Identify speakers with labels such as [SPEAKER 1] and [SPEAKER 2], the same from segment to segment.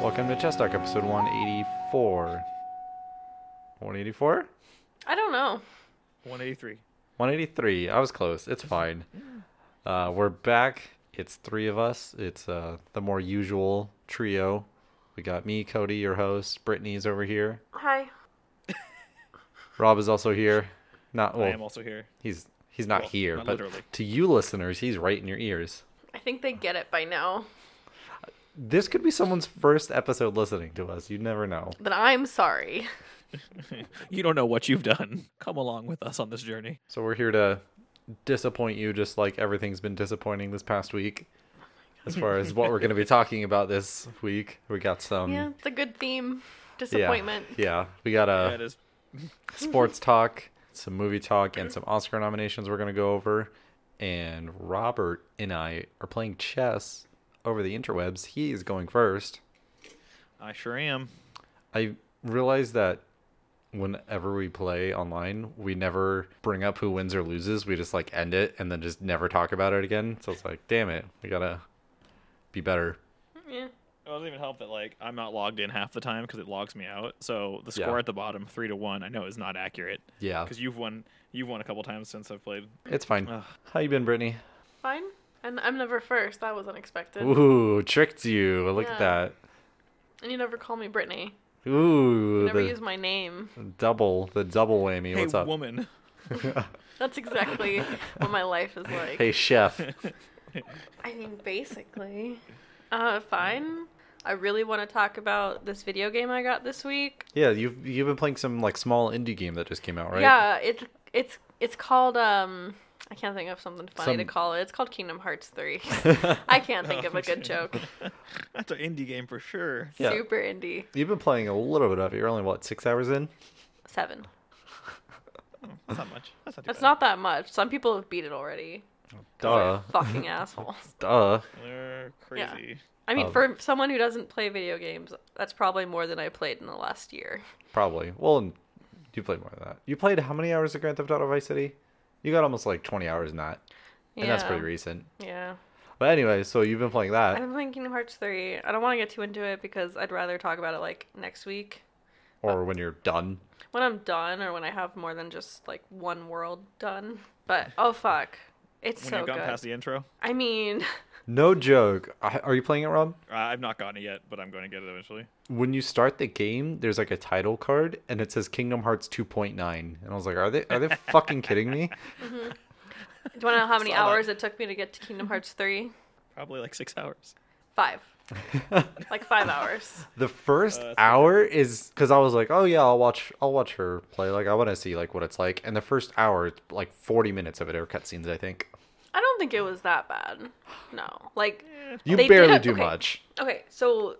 [SPEAKER 1] Welcome to Chess Talk, episode 184. 184?
[SPEAKER 2] I don't know.
[SPEAKER 3] 183.
[SPEAKER 1] 183. I was close. It's fine. Uh, we're back. It's three of us. It's uh, the more usual trio. We got me, Cody, your host. Brittany's over here.
[SPEAKER 2] Hi.
[SPEAKER 1] Rob is also here. Not
[SPEAKER 3] I am
[SPEAKER 1] well.
[SPEAKER 3] also here.
[SPEAKER 1] He's he's not
[SPEAKER 3] Well,
[SPEAKER 1] here,
[SPEAKER 3] not
[SPEAKER 1] but
[SPEAKER 3] literally.
[SPEAKER 1] to you listeners, he's right in your ears.
[SPEAKER 2] I think they get it by now.
[SPEAKER 1] This could be someone's first episode listening to us. You never know.
[SPEAKER 2] Then I'm sorry.
[SPEAKER 3] You don't know what you've done. Come along with us on this journey.
[SPEAKER 1] So we're here to disappoint you just like everything's been disappointing this past week. As far as what we're going to be talking about this week, we got some
[SPEAKER 2] yeah, it's a good theme. Disappointment.
[SPEAKER 1] Mm. Yeah, yeah. we got
[SPEAKER 3] Yeah, it
[SPEAKER 1] a
[SPEAKER 3] is.
[SPEAKER 1] sports talk, some movie talk and some Oscar nominations we're going to go over and Robert and I are playing chess over the interwebs. He is going first.
[SPEAKER 3] I sure am.
[SPEAKER 1] I realize that whenever we play online, we never bring up who wins or loses. We just like end it and then just never talk about it again. So it's like, damn it, we gotta be better.
[SPEAKER 2] Yeah.
[SPEAKER 3] It doesn't even help that like I'm not logged in half the time because it logs me out. So the
[SPEAKER 1] Yeah. Uh.
[SPEAKER 3] score at the bottom, three to one, I know is not accurate
[SPEAKER 1] Yeah,
[SPEAKER 3] because you've won. You've won a couple times since I've played.
[SPEAKER 1] it's fine.
[SPEAKER 3] Ugh.
[SPEAKER 1] How you been, Brittany?
[SPEAKER 2] Fine. And I'm never first. That was unexpected.
[SPEAKER 1] Ooh, tricked you. Look
[SPEAKER 2] Yeah.
[SPEAKER 1] at
[SPEAKER 2] And you never call me Brittany.
[SPEAKER 1] that. Ooh,
[SPEAKER 2] You never
[SPEAKER 1] the
[SPEAKER 2] use my name.
[SPEAKER 1] double, the double whammy.
[SPEAKER 3] hey,
[SPEAKER 1] What's up?
[SPEAKER 3] woman.
[SPEAKER 2] That's exactly what my life is like.
[SPEAKER 1] Hey, chef.
[SPEAKER 2] I mean, basically. Uh, fine. I really want to talk about this video game I got this week.
[SPEAKER 1] yeah, you've you've been playing some like small indie game that just came out, right?
[SPEAKER 2] Yeah, it's it's it's called um I can't think of something funny to
[SPEAKER 1] Some-
[SPEAKER 2] call it. It's called Kingdom Hearts 3. I can't think of a good joke.
[SPEAKER 3] That's an indie game for sure.
[SPEAKER 1] Yeah.
[SPEAKER 2] Super indie.
[SPEAKER 1] You've been playing a little bit of it. You're only what six hours in?
[SPEAKER 2] 7.
[SPEAKER 3] Oh, That's not much. That's not. Too
[SPEAKER 2] That's
[SPEAKER 3] bad.
[SPEAKER 2] not that much. Some people have beat it already.
[SPEAKER 1] Duh,
[SPEAKER 2] Fucking assholes.
[SPEAKER 1] duh.
[SPEAKER 3] They're
[SPEAKER 2] Yeah.
[SPEAKER 3] crazy.
[SPEAKER 2] I mean,
[SPEAKER 1] Um,
[SPEAKER 2] for someone who doesn't play video games, that's probably more than I played in the last year.
[SPEAKER 1] Probably. Well, and you played more than that. You played how many hours of Grand Theft Auto Vice City? You got almost like 20 hours in that,
[SPEAKER 2] Yeah.
[SPEAKER 1] and that's pretty recent.
[SPEAKER 2] Yeah.
[SPEAKER 1] But anyway, so you've been playing
[SPEAKER 2] I've
[SPEAKER 1] that,
[SPEAKER 2] been playing Kingdom Hearts 3. I don't want to get too into it because I'd rather talk about it like next week
[SPEAKER 1] or when you're done.
[SPEAKER 2] when I'm done or when I have more than just like one world done. But oh fuck. It's
[SPEAKER 3] When
[SPEAKER 2] so
[SPEAKER 3] you've
[SPEAKER 2] good.
[SPEAKER 3] gone past the intro,
[SPEAKER 2] I mean,
[SPEAKER 1] No joke. I, are you playing it, Rob?
[SPEAKER 3] I- I've not gotten it yet, but I'm going to get it eventually.
[SPEAKER 1] When you start the game, there's like a title card, and it says Kingdom Hearts 2.9, and I was like, are they are they fucking kidding me?
[SPEAKER 2] do you want to know how many
[SPEAKER 3] Saw that.
[SPEAKER 2] hours it took me to get to Kingdom Hearts 3?
[SPEAKER 3] Probably like six hours.
[SPEAKER 2] 5. Like 5 hours.
[SPEAKER 1] The first
[SPEAKER 2] Oh,
[SPEAKER 3] Uh, that's not
[SPEAKER 1] hour is because I was like, oh yeah, I'll watch, I'll watch her play. Like I want to see like what it's like. And the first hour, like 40 minutes of it are cutscenes, I think.
[SPEAKER 2] I don't think it was that bad. No. Like
[SPEAKER 1] You
[SPEAKER 2] They did
[SPEAKER 1] barely
[SPEAKER 2] it-
[SPEAKER 1] do
[SPEAKER 2] okay.
[SPEAKER 1] much.
[SPEAKER 2] okay, so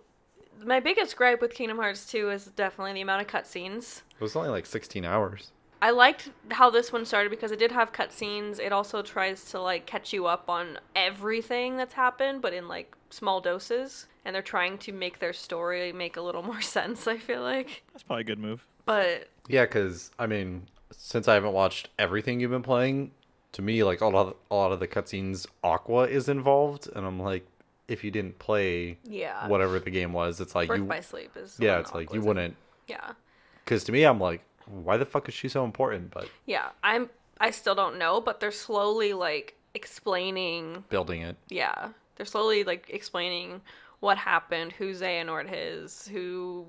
[SPEAKER 2] my biggest gripe with Kingdom Hearts 2 is definitely the amount of cutscenes.
[SPEAKER 1] It was only like 16 hours.
[SPEAKER 2] I liked how this one started because it did have cutscenes. It also tries to like catch you up on everything that's happened, but in like small doses. And they're trying to make their story make a little more sense. I feel like,
[SPEAKER 3] That's probably a good move.
[SPEAKER 2] but
[SPEAKER 1] Yeah, because I mean, since I haven't watched everything you've been playing, to me, like a lot of, a lot of the cutscenes, Aqua is involved, and I'm like, if you didn't play
[SPEAKER 2] yeah,
[SPEAKER 1] whatever the game was, it's like
[SPEAKER 2] Birth
[SPEAKER 1] you,
[SPEAKER 2] by Sleep is the
[SPEAKER 1] yeah,
[SPEAKER 2] one
[SPEAKER 1] it's
[SPEAKER 2] that
[SPEAKER 1] like you
[SPEAKER 2] was-
[SPEAKER 1] wouldn't.
[SPEAKER 2] Yeah,
[SPEAKER 1] Because to me, I'm like, why the fuck is she so important? But
[SPEAKER 2] yeah. I'm. I still don't know, but they're slowly like explaining.
[SPEAKER 1] building it,
[SPEAKER 2] Yeah, they're slowly like explaining what happened, who Xehanort is, who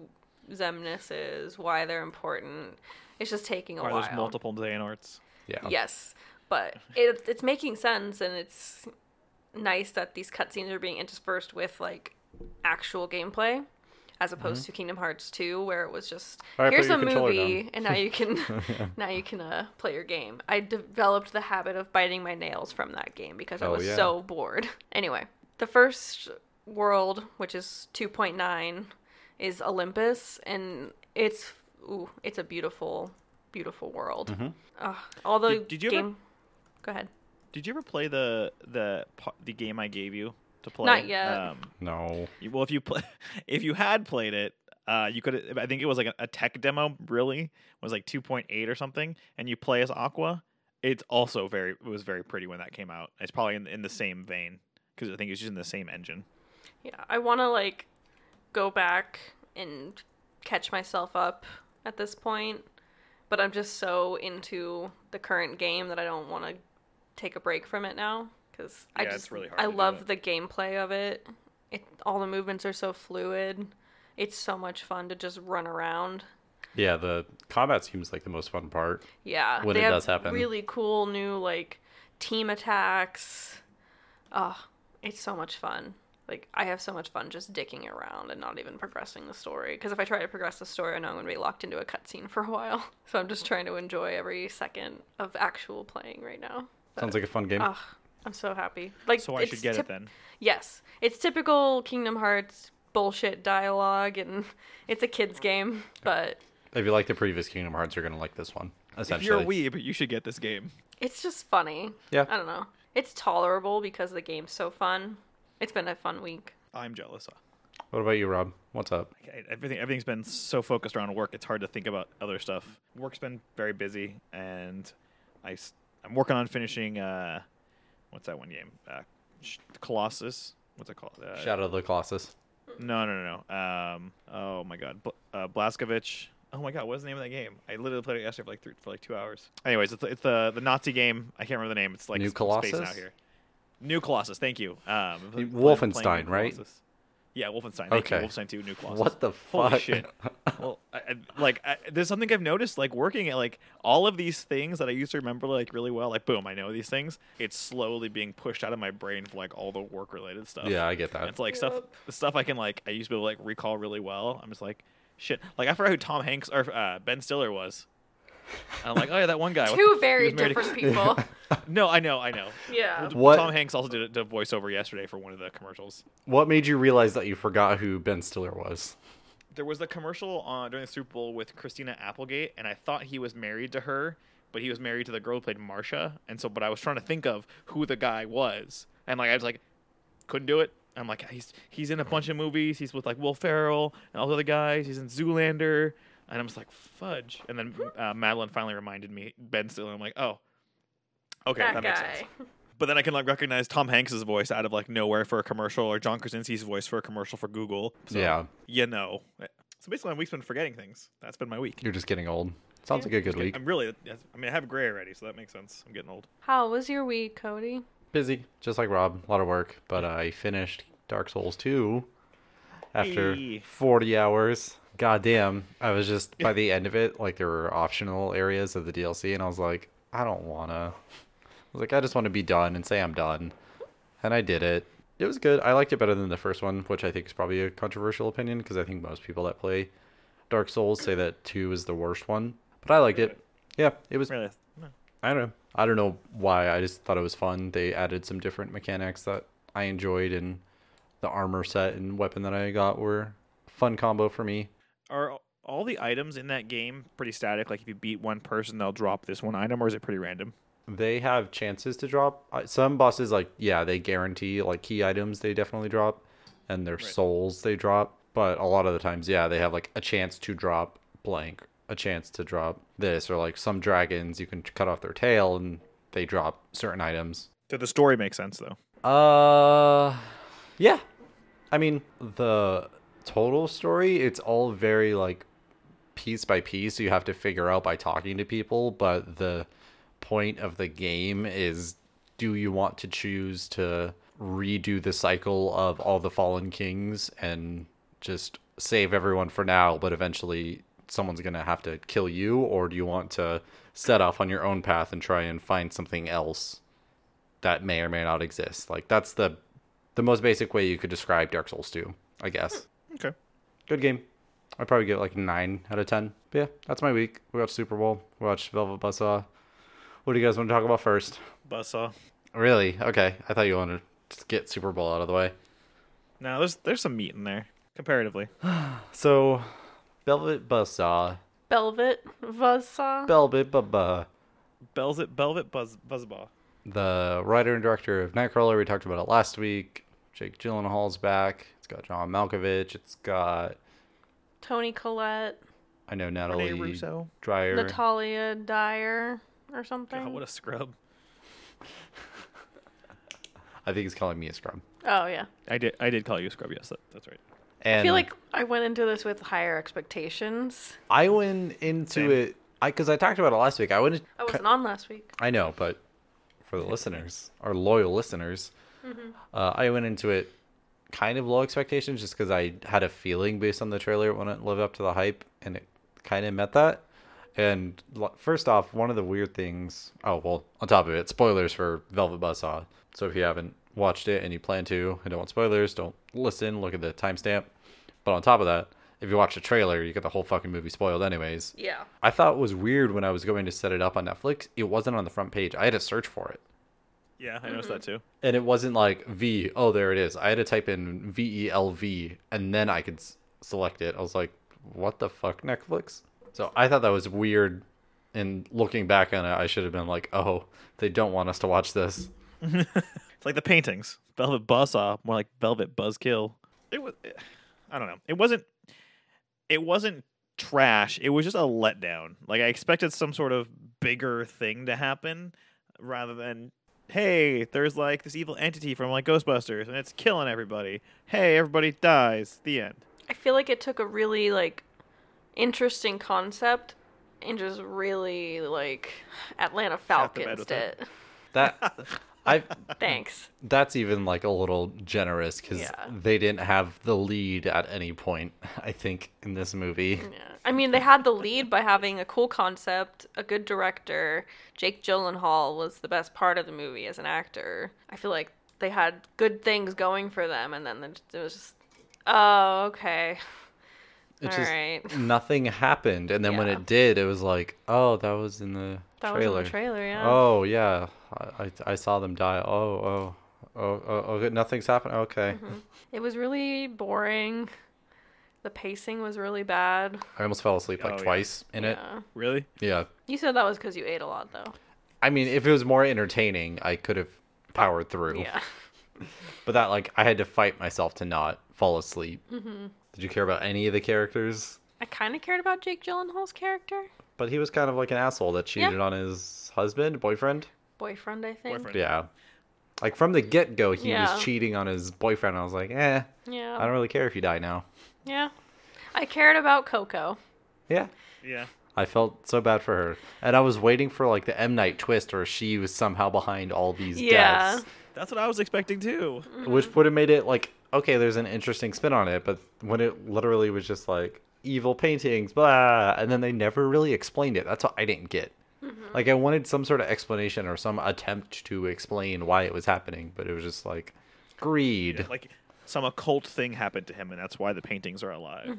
[SPEAKER 2] Zemnis is, why they're important. It's just taking a
[SPEAKER 3] Why
[SPEAKER 2] while.
[SPEAKER 3] there's multiple Xehanorts.
[SPEAKER 1] yeah,
[SPEAKER 2] Yes, but it, it's making sense, and it's nice that these cutscenes are being interspersed with like actual gameplay, as opposed to Kingdom Hearts 2, where it was just
[SPEAKER 1] Mm-hmm. All right, put
[SPEAKER 2] here's
[SPEAKER 1] your
[SPEAKER 2] a
[SPEAKER 1] controller
[SPEAKER 2] movie,
[SPEAKER 1] down."
[SPEAKER 2] and now you can now you can uh, play your game. I developed the habit of biting my nails from that game because I
[SPEAKER 1] Oh,
[SPEAKER 2] was
[SPEAKER 1] yeah.
[SPEAKER 2] so bored. Anyway, the first world, which is 2.9, is Olympus, and it's ooh, it's a beautiful. Beautiful world.
[SPEAKER 1] Mm-hmm.
[SPEAKER 2] Ugh, although
[SPEAKER 3] Did- did you ever-
[SPEAKER 2] game, go ahead.
[SPEAKER 3] Did you ever play the the pa- the game I gave you to play?
[SPEAKER 2] Not yet.
[SPEAKER 3] Um,
[SPEAKER 1] no,
[SPEAKER 3] you- well, if you play, if you had played it, uh, you could. I think it was like a, a tech demo. Really, was like two point eight or something, and you play as Aqua. It's also very. It was very pretty when that came out. It's probably in, in the same vein because I think it's just in the same engine.
[SPEAKER 2] Yeah, I want to like go back and catch myself up at this point. But I'm just so into the current game that I don't want to take a break from it now because I
[SPEAKER 3] Yeah,
[SPEAKER 2] just
[SPEAKER 3] it's really hard
[SPEAKER 2] I
[SPEAKER 3] to do
[SPEAKER 2] love
[SPEAKER 3] it.
[SPEAKER 2] the gameplay of it. It all the movements are so fluid. It's so much fun to just run around.
[SPEAKER 1] Yeah, the combat seems like the most fun part.
[SPEAKER 2] Yeah,
[SPEAKER 1] When
[SPEAKER 2] they
[SPEAKER 1] it
[SPEAKER 2] have
[SPEAKER 1] does happen.
[SPEAKER 2] really cool new like team attacks. Oh, it's so much fun. Like I have so much fun just dicking around and not even progressing the story. Because if I try to progress the story, I know I'm gonna be locked into a cutscene for a while. So I'm just trying to enjoy every second of actual playing right now.
[SPEAKER 1] Sounds like a fun game.
[SPEAKER 2] Ugh, I'm so happy. Like
[SPEAKER 3] So I should
[SPEAKER 2] it's
[SPEAKER 3] get
[SPEAKER 2] typ-
[SPEAKER 3] it then.
[SPEAKER 2] Yes, it's typical Kingdom Hearts bullshit dialogue, and it's a kids game, but
[SPEAKER 1] If you like the previous Kingdom Hearts, you're gonna like this one.
[SPEAKER 3] If
[SPEAKER 1] Essentially,
[SPEAKER 3] you're a weeb, you should get this game.
[SPEAKER 2] It's just funny.
[SPEAKER 1] Yeah.
[SPEAKER 2] I don't know. It's tolerable because the game's so fun. It's been a fun week.
[SPEAKER 3] I'm jealous.
[SPEAKER 1] What about you, Rob? What's up?
[SPEAKER 3] Okay, Everything everything's been so focused around work. It's hard to think about other stuff. Work's been very busy, and I am working on finishing. Uh, what's that one game? Uh, Sh- Colossus. What's it called? Uh,
[SPEAKER 1] Shadow of the Colossus.
[SPEAKER 3] No, no, no, no. Um, oh my God, Bl- uh, Blazkowicz. Oh my God, what's the name of that game? I literally played it yesterday for like three, for like two hours. Anyways, it's, it's the the Nazi game. I can't remember the name. It's like
[SPEAKER 1] New
[SPEAKER 3] sp- space
[SPEAKER 1] Colossus?
[SPEAKER 3] out here. New Colossus. Thank you. Um, playing-
[SPEAKER 1] Wolfenstein,
[SPEAKER 3] playing New
[SPEAKER 1] right?
[SPEAKER 3] Colossus. Yeah, Wolfenstein. Thank
[SPEAKER 1] Okay.
[SPEAKER 3] you. Wolfenstein Two. New Colossus.
[SPEAKER 1] What the
[SPEAKER 3] Holy
[SPEAKER 1] fuck?
[SPEAKER 3] shit. well, I, I, like I, there's something I've noticed. Like working at like all of these things that I used to remember like really well. Like boom, I know these things. It's slowly being pushed out of my brain for like all the work related stuff.
[SPEAKER 1] Yeah, I get that.
[SPEAKER 3] And it's like stuff the stuff I can like I used to be able to like recall really well. I'm just like shit. Like I forgot who Tom Hanks or uh, Ben Stiller was. I'm like, oh yeah, that one guy. What the-
[SPEAKER 2] Two
[SPEAKER 3] he
[SPEAKER 2] very
[SPEAKER 3] was married to-
[SPEAKER 2] different people.
[SPEAKER 3] No, I know, I know.
[SPEAKER 2] yeah.
[SPEAKER 1] What-
[SPEAKER 3] Tom Hanks also did a, did a voiceover yesterday for one of the commercials.
[SPEAKER 1] What made you realize that you forgot who Ben Stiller was?
[SPEAKER 3] There was the commercial uh, during the Super Bowl with Christina Applegate, and I thought he was married to her, but he was married to the girl who played Marsha. And so, but I was trying to think of who the guy was, and like I was like, couldn't do it. I'm like, he's he's in a bunch of movies. He's with like Will Ferrell and all the other guys. He's in Zoolander, and I'm just like, fudge. And then uh, Madeline finally reminded me Ben Stiller. I'm like, oh, okay, that,
[SPEAKER 2] that
[SPEAKER 3] makes sense.
[SPEAKER 2] guy.
[SPEAKER 3] But then I can like recognize Tom Hanks's voice out of like nowhere for a commercial, or John Krasinski's voice for a commercial for Google. So,
[SPEAKER 1] Yeah.
[SPEAKER 3] you know. So basically, my week's been forgetting things. That's been my week.
[SPEAKER 1] You're just getting old. Sounds like a good week.
[SPEAKER 3] I'm really. that's- I mean, I have gray already, so that makes sense. I'm getting old.
[SPEAKER 2] How was your week, Cody?
[SPEAKER 1] Busy, just like Rob. A lot of work, but I finished Dark Souls 2 after
[SPEAKER 3] Hey.
[SPEAKER 1] 40 hours. Goddamn. I was just by the end of it, like there were optional areas of the DLC, and I was like, I don't wanna. I was like, I just want to be done and say I'm done. And I did it. It was good. I liked it better than the first one, which I think is probably a controversial opinion because I think most people that play Dark Souls say that 2 is the worst one. But I liked it. Yeah, it was
[SPEAKER 3] Really? No.
[SPEAKER 1] I don't know. I don't know why. I just thought it was fun. They added some different mechanics that I enjoyed, and the armor set and weapon that I got were a fun combo for me.
[SPEAKER 3] Are all the items in that game pretty static? Like, if you beat one person, they'll drop this one item, or is it pretty random?
[SPEAKER 1] They have chances to drop uh, some bosses. Like yeah, they guarantee like key items they definitely drop, and their souls they drop. But a lot of the times, yeah, they have like a chance to drop blank, a chance to drop this, or like some dragons you can cut off their tail and they drop certain items.
[SPEAKER 3] Did the story make sense though?
[SPEAKER 1] Uh, yeah. I mean, the total story, it's all very like piece by piece. You have to figure out by talking to people, but the point of the game is do you want to choose to redo the cycle of all the fallen kings and just save everyone for now, but eventually someone's going to have to kill you or do you want to set off on your own path and try and find something else that may or may not exist. Like that's the the most basic way you could describe Dark Souls 2, I guess.
[SPEAKER 3] Okay.
[SPEAKER 1] Hmm. Good game. I'd probably give it like nine out of ten. But yeah, that's my week. We watched Super Bowl. We watched Velvet Buzzsaw. What do you guys want to talk about first?
[SPEAKER 3] Buzzsaw.
[SPEAKER 1] Really? Okay. I thought you wanted to get Super Bowl out of the way.
[SPEAKER 3] No, there's there's some meat in there comparatively.
[SPEAKER 1] So, Velvet Buzzsaw.
[SPEAKER 2] Velvet Buzzsaw.
[SPEAKER 1] Velvet Bubba.
[SPEAKER 3] Belzit, Velvet Buzz Buzzball.
[SPEAKER 1] the writer and director of Nightcrawler. We talked about it last week. Jake Gyllenhaal's back. It's got John Malkovich. It's got
[SPEAKER 2] Tony Collette.
[SPEAKER 1] I know Natalie
[SPEAKER 3] Renee Russo.
[SPEAKER 1] Dreyer.
[SPEAKER 2] Natalia Dyer or something.
[SPEAKER 3] God, what a scrub.
[SPEAKER 1] I think he's calling me a scrub.
[SPEAKER 2] oh yeah.
[SPEAKER 3] I did I did call you a scrub. Yes, that, that's right.
[SPEAKER 1] And
[SPEAKER 2] Oh, I feel like I went into this with higher expectations.
[SPEAKER 1] I went into
[SPEAKER 3] Same.
[SPEAKER 1] it because I, talked about it last week. I went.
[SPEAKER 2] I wasn't on last week.
[SPEAKER 1] I know, but for the listeners, our loyal listeners, uh, I went into it kind of low expectations just because I had a feeling based on the trailer it wouldn't live up to the hype, and it kind of met that. And l- first off, one of the weird things. Oh well, on top of it, spoilers for Velvet Buzzsaw. So if you haven't watched it and you plan to and don't want spoilers, don't listen. Look at the timestamp. But on top of that, if you watch the trailer, you get the whole fucking movie spoiled anyways.
[SPEAKER 2] Yeah.
[SPEAKER 1] I thought was weird when I was going to set it up on Netflix, it wasn't on the front page. I had to search for it.
[SPEAKER 3] Yeah, I noticed that too.
[SPEAKER 1] And it wasn't like V, oh, there it is. I had to type in V E L V and then I could s- select it. I was like, what the fuck, Netflix? So I thought that was weird. And looking back on it, I should have been like, oh, they don't want us to watch this.
[SPEAKER 3] It's like the paintings. Velvet Buzzsaw, more like Velvet Buzzkill. It was I don't know. It wasn't it wasn't trash. It was just a letdown. Like I expected some sort of bigger thing to happen rather than hey, there's like this evil entity from like Ghostbusters and it's killing everybody. Hey, everybody dies. The end.
[SPEAKER 2] I feel like it took a really like interesting concept and just really like Atlanta
[SPEAKER 3] Shot the bed
[SPEAKER 2] Falcons
[SPEAKER 3] with
[SPEAKER 2] it.
[SPEAKER 1] That. I
[SPEAKER 2] Thanks.
[SPEAKER 1] that's even like a little generous because
[SPEAKER 2] Yeah.
[SPEAKER 1] they didn't have the lead at any point. I think in this movie,
[SPEAKER 2] Yeah. I mean, they had the lead by having a cool concept, a good director. Jake Gyllenhaal was the best part of the movie as an actor. I feel like they had good things going for them, and then it was just, oh, okay.
[SPEAKER 1] It's
[SPEAKER 2] All
[SPEAKER 1] just
[SPEAKER 2] right.
[SPEAKER 1] nothing happened, and then when
[SPEAKER 2] Yeah.
[SPEAKER 1] it did, it was like, oh, that was in the
[SPEAKER 2] That was
[SPEAKER 1] trailer.
[SPEAKER 2] in the trailer, yeah.
[SPEAKER 1] Oh yeah, I, I I saw them die. Oh oh oh oh, oh nothing's happened. Okay,
[SPEAKER 2] It was really boring. The pacing was really bad.
[SPEAKER 1] I almost fell asleep like
[SPEAKER 3] Oh, yeah.
[SPEAKER 1] twice in it.
[SPEAKER 2] Yeah.
[SPEAKER 3] Really?
[SPEAKER 1] Yeah,
[SPEAKER 2] You said that was because you ate a lot, though.
[SPEAKER 1] I mean, if it was more entertaining, I could have powered through.
[SPEAKER 2] Yeah.
[SPEAKER 1] But that like I had to fight myself to not fall asleep.
[SPEAKER 2] Mm-hmm.
[SPEAKER 1] Did you care about any of the characters?
[SPEAKER 2] I kind of cared about Jake Gyllenhaal's character.
[SPEAKER 1] But he was kind of like an asshole that cheated on his husband, boyfriend.
[SPEAKER 2] Boyfriend, I think.
[SPEAKER 3] Boyfriend.
[SPEAKER 1] Yeah. Like from the get go, he
[SPEAKER 2] Yeah. Oh.
[SPEAKER 1] was cheating on his boyfriend. I was like, eh,
[SPEAKER 2] Yeah.
[SPEAKER 1] I don't really care if you die now.
[SPEAKER 2] Yeah. I cared about Coco.
[SPEAKER 1] Yeah.
[SPEAKER 3] Yeah.
[SPEAKER 1] I felt so bad for her. And I was waiting for like the M Night twist where she was somehow behind all these
[SPEAKER 2] Yeah.
[SPEAKER 1] deaths.
[SPEAKER 3] That's what I was expecting too.
[SPEAKER 1] Which would have made it like, okay, there's an interesting spin on it. But when it literally was just like evil paintings, blah, and then they never really explained it. That's what I didn't get.
[SPEAKER 2] Mm-hmm.
[SPEAKER 1] Like I wanted some sort of explanation or some attempt to explain why it was happening, but it was just like greed.
[SPEAKER 3] Like some occult thing happened to him and that's why the paintings are alive.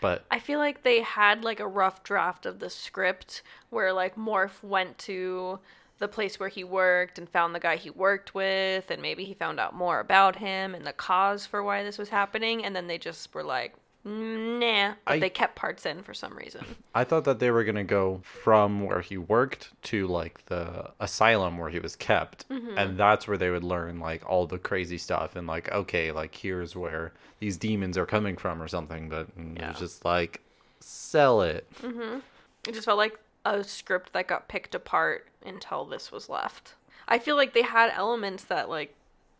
[SPEAKER 1] but
[SPEAKER 2] I feel like they had like a rough draft of the script where like Morph went to the place where he worked and found the guy he worked with and maybe he found out more about him and the cause for why this was happening and then they just were like nah but
[SPEAKER 1] I-
[SPEAKER 2] they kept parts in for some reason
[SPEAKER 1] I thought that they were gonna go from where he worked to like the asylum where he was kept, and that's where they would learn like all the crazy stuff and like okay, like here's where these demons are coming from or something. But mm, it
[SPEAKER 2] Yeah.
[SPEAKER 1] was just like sell it.
[SPEAKER 2] It just felt like a script that got picked apart until this was left. I feel like they had elements that like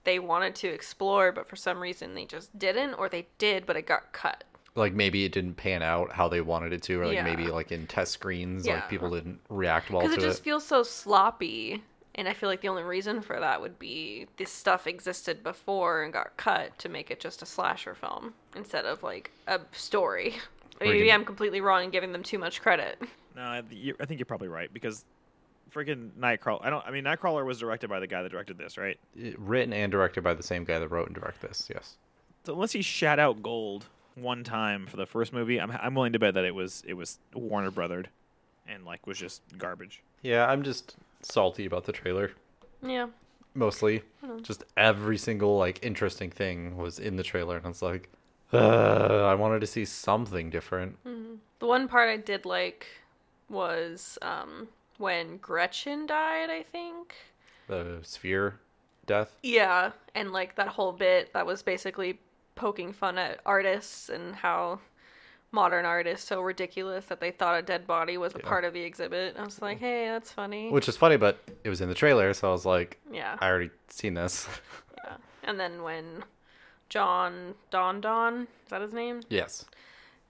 [SPEAKER 2] they wanted to explore, but for some reason they just didn't, or they did, but it got cut.
[SPEAKER 1] Like maybe it didn't pan out how they wanted it to, or like
[SPEAKER 2] Yeah.
[SPEAKER 1] maybe like in test screens,
[SPEAKER 2] Yeah.
[SPEAKER 1] like people didn't react well to
[SPEAKER 2] Because
[SPEAKER 1] it.
[SPEAKER 2] it just feels so sloppy, and I feel like the only reason for that would be this stuff existed before and got cut to make it just a slasher film instead of like a story. I mean,
[SPEAKER 1] Or you
[SPEAKER 2] maybe
[SPEAKER 1] can-
[SPEAKER 2] I'm completely wrong and giving them too much credit.
[SPEAKER 3] No, I, th- you- I think you're probably right because freaking Nightcrawler. I don't. I mean, Nightcrawler was directed by the guy that directed this, right?
[SPEAKER 1] It- Written and directed by the same guy that wrote and directed this. Yes.
[SPEAKER 3] So unless he shat out gold one time for the first movie, I'm I'm willing to bet that it was it was Warner Brothered, and like was just garbage.
[SPEAKER 1] Yeah, I'm just salty about the trailer.
[SPEAKER 2] Yeah.
[SPEAKER 1] mostly. Just every single like interesting thing was in the trailer, and I was like, "Ugh, I wanted to see something different.
[SPEAKER 2] Hmm. The one part I did like was um, when Gretchen died, I think.
[SPEAKER 1] The sphere death.
[SPEAKER 2] Yeah, and like that whole bit that was basically poking fun at artists and how modern art is so ridiculous that they thought a dead body was a part of the exhibit. I was like, hey, that's funny.
[SPEAKER 1] Mm. Which is funny, but it was in the trailer, so I was like,
[SPEAKER 2] yeah.
[SPEAKER 1] I already seen this.
[SPEAKER 2] yeah. And then when John Don Don, is that his name?
[SPEAKER 1] Yes.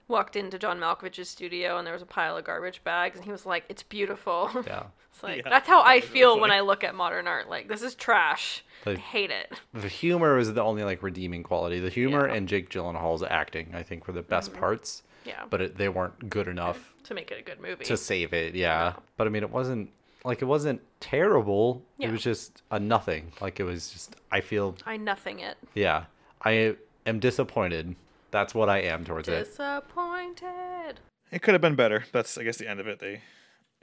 [SPEAKER 2] Walked into John Malkovich's studio and there was a pile of garbage bags and he was like, "It's beautiful."
[SPEAKER 1] Yeah.
[SPEAKER 2] it's like
[SPEAKER 3] Yeah,
[SPEAKER 2] that's how I
[SPEAKER 3] that was
[SPEAKER 2] feel
[SPEAKER 3] really
[SPEAKER 2] when
[SPEAKER 3] funny.
[SPEAKER 2] I look at modern art. Like this is trash. I
[SPEAKER 1] Like-
[SPEAKER 2] hate it.
[SPEAKER 1] the humor was the only like redeeming quality. The humor
[SPEAKER 2] Yeah. Mm-hmm.
[SPEAKER 1] and Jake Gyllenhaal's acting, I think, were the best parts,
[SPEAKER 2] Yeah.
[SPEAKER 1] but it, they weren't good enough
[SPEAKER 2] to make it a good movie.
[SPEAKER 1] to save it. Yeah, but I mean, it wasn't like it wasn't terrible.
[SPEAKER 2] Yeah.
[SPEAKER 1] It was just a nothing. Like it was just. I feel
[SPEAKER 2] I nothing it.
[SPEAKER 1] yeah. I am disappointed. That's what I am towards it.
[SPEAKER 2] Disappointed.
[SPEAKER 3] It could have been better. That's I guess the end of it. They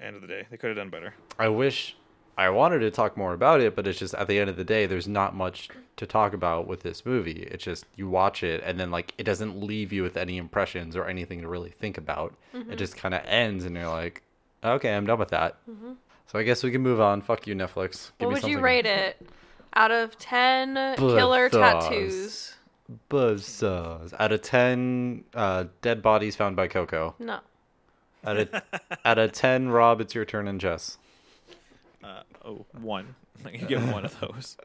[SPEAKER 3] end of the day. They could have done better.
[SPEAKER 1] I wish I wanted to talk more about it, but it's just at the end of the day, there's not much to talk about with this movie. It's just you watch it and then like it doesn't leave you with any impressions or anything to really think about.
[SPEAKER 2] Mm-hmm.
[SPEAKER 1] It just kind of ends and you're like, okay, I'm done with that. So I guess we can move on. Fuck you, Netflix. Give me
[SPEAKER 2] Mm-hmm. what would you
[SPEAKER 1] something-
[SPEAKER 2] rate it? Out of ten killer
[SPEAKER 1] Buzzsaws.
[SPEAKER 2] tattoos.
[SPEAKER 1] Buzzsaws. Out of ten, uh, dead bodies found by Coco.
[SPEAKER 2] No.
[SPEAKER 1] Out of out of ten, Rob, it's your turn and Jess.
[SPEAKER 3] Uh, oh, one. I can give one of those.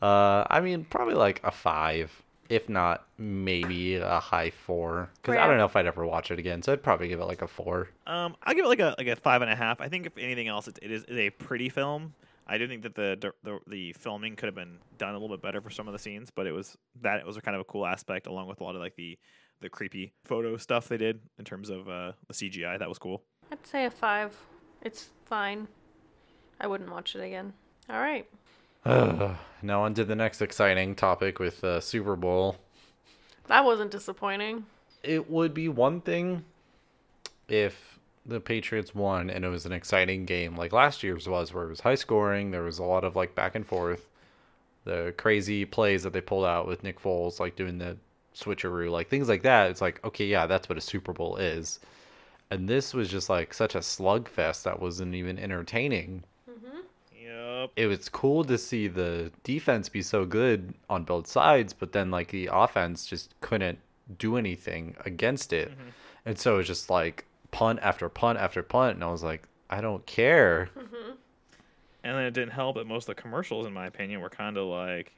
[SPEAKER 1] Uh, I mean, probably like a five, if not maybe a high four. Because I
[SPEAKER 2] Rare.
[SPEAKER 1] don't know if I'd ever watch it again, so I'd probably give it like a four.
[SPEAKER 3] Um, I'll give it like a like a five and a half. I think if anything else, it, it is it is a pretty film. I do think that the, dir- the the filming could have been done a little bit better for some of the scenes, but it was that it was kind of a cool aspect, along with a lot of like the the creepy photo stuff they did in terms of uh, the CGI. That was cool.
[SPEAKER 2] I'd say a five. It's fine. I wouldn't watch it again. All right.
[SPEAKER 1] now on to the next exciting topic with uh, Super Bowl.
[SPEAKER 2] That wasn't disappointing.
[SPEAKER 1] It would be one thing if the Patriots won and it was an exciting game like last year's was, where it was high scoring. There was a lot of like back and forth. The crazy plays that they pulled out with Nick Foles, like doing the switcheroo, like things like that. It's like, okay, yeah, that's what a Super Bowl is. And this was just like such a slugfest that wasn't even entertaining.
[SPEAKER 3] Yep.
[SPEAKER 1] It was cool to see the defense be so good on both sides, but then like the offense just couldn't do anything against it. And so it was just like punt after punt after punt. And I was like, I don't care.
[SPEAKER 3] And then it didn't help that most of the commercials, in my opinion, were kind of like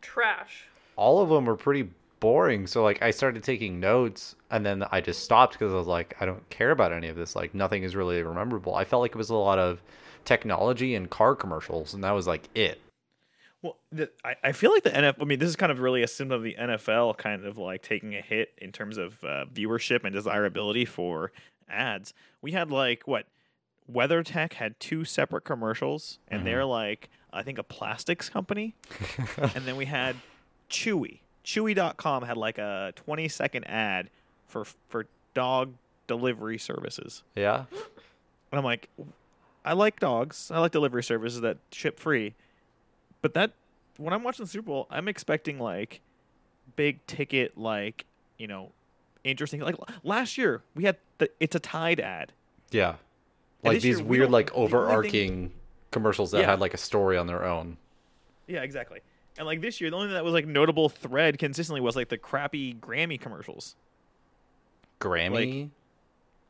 [SPEAKER 2] Trash.
[SPEAKER 1] all of them were pretty boring. So like I started taking notes and then I just stopped because I was like, I don't care about any of this. Like nothing is really memorable. I felt like it was a lot of technology and car commercials, and that was like it.
[SPEAKER 3] Well, the, I, I feel like the NFL. I mean, this is kind of really a symptom of the NFL kind of like taking a hit in terms of uh, viewership and desirability for ads. We had like what WeatherTech had two separate commercials, and they're like I think a plastics company, and then we had Chewy. Chewy.com had like a 20 second ad for for dog delivery services.
[SPEAKER 1] Yeah.
[SPEAKER 3] And I'm like, I like dogs. I like delivery services that ship free. But that when I'm watching the Super Bowl, I'm expecting like big ticket, like, you know, interesting like l- last year we had the it's a tide ad.
[SPEAKER 1] Yeah.
[SPEAKER 3] And
[SPEAKER 1] Like
[SPEAKER 3] this
[SPEAKER 1] these
[SPEAKER 3] year, we
[SPEAKER 1] weird
[SPEAKER 3] don't-
[SPEAKER 1] like
[SPEAKER 3] the only thing-
[SPEAKER 1] overarching commercials that
[SPEAKER 3] Yeah.
[SPEAKER 1] had like a story on their own.
[SPEAKER 3] Yeah, exactly. And like this year, the only thing that was like notable thread consistently was like the crappy Grammy commercials.
[SPEAKER 1] Grammy.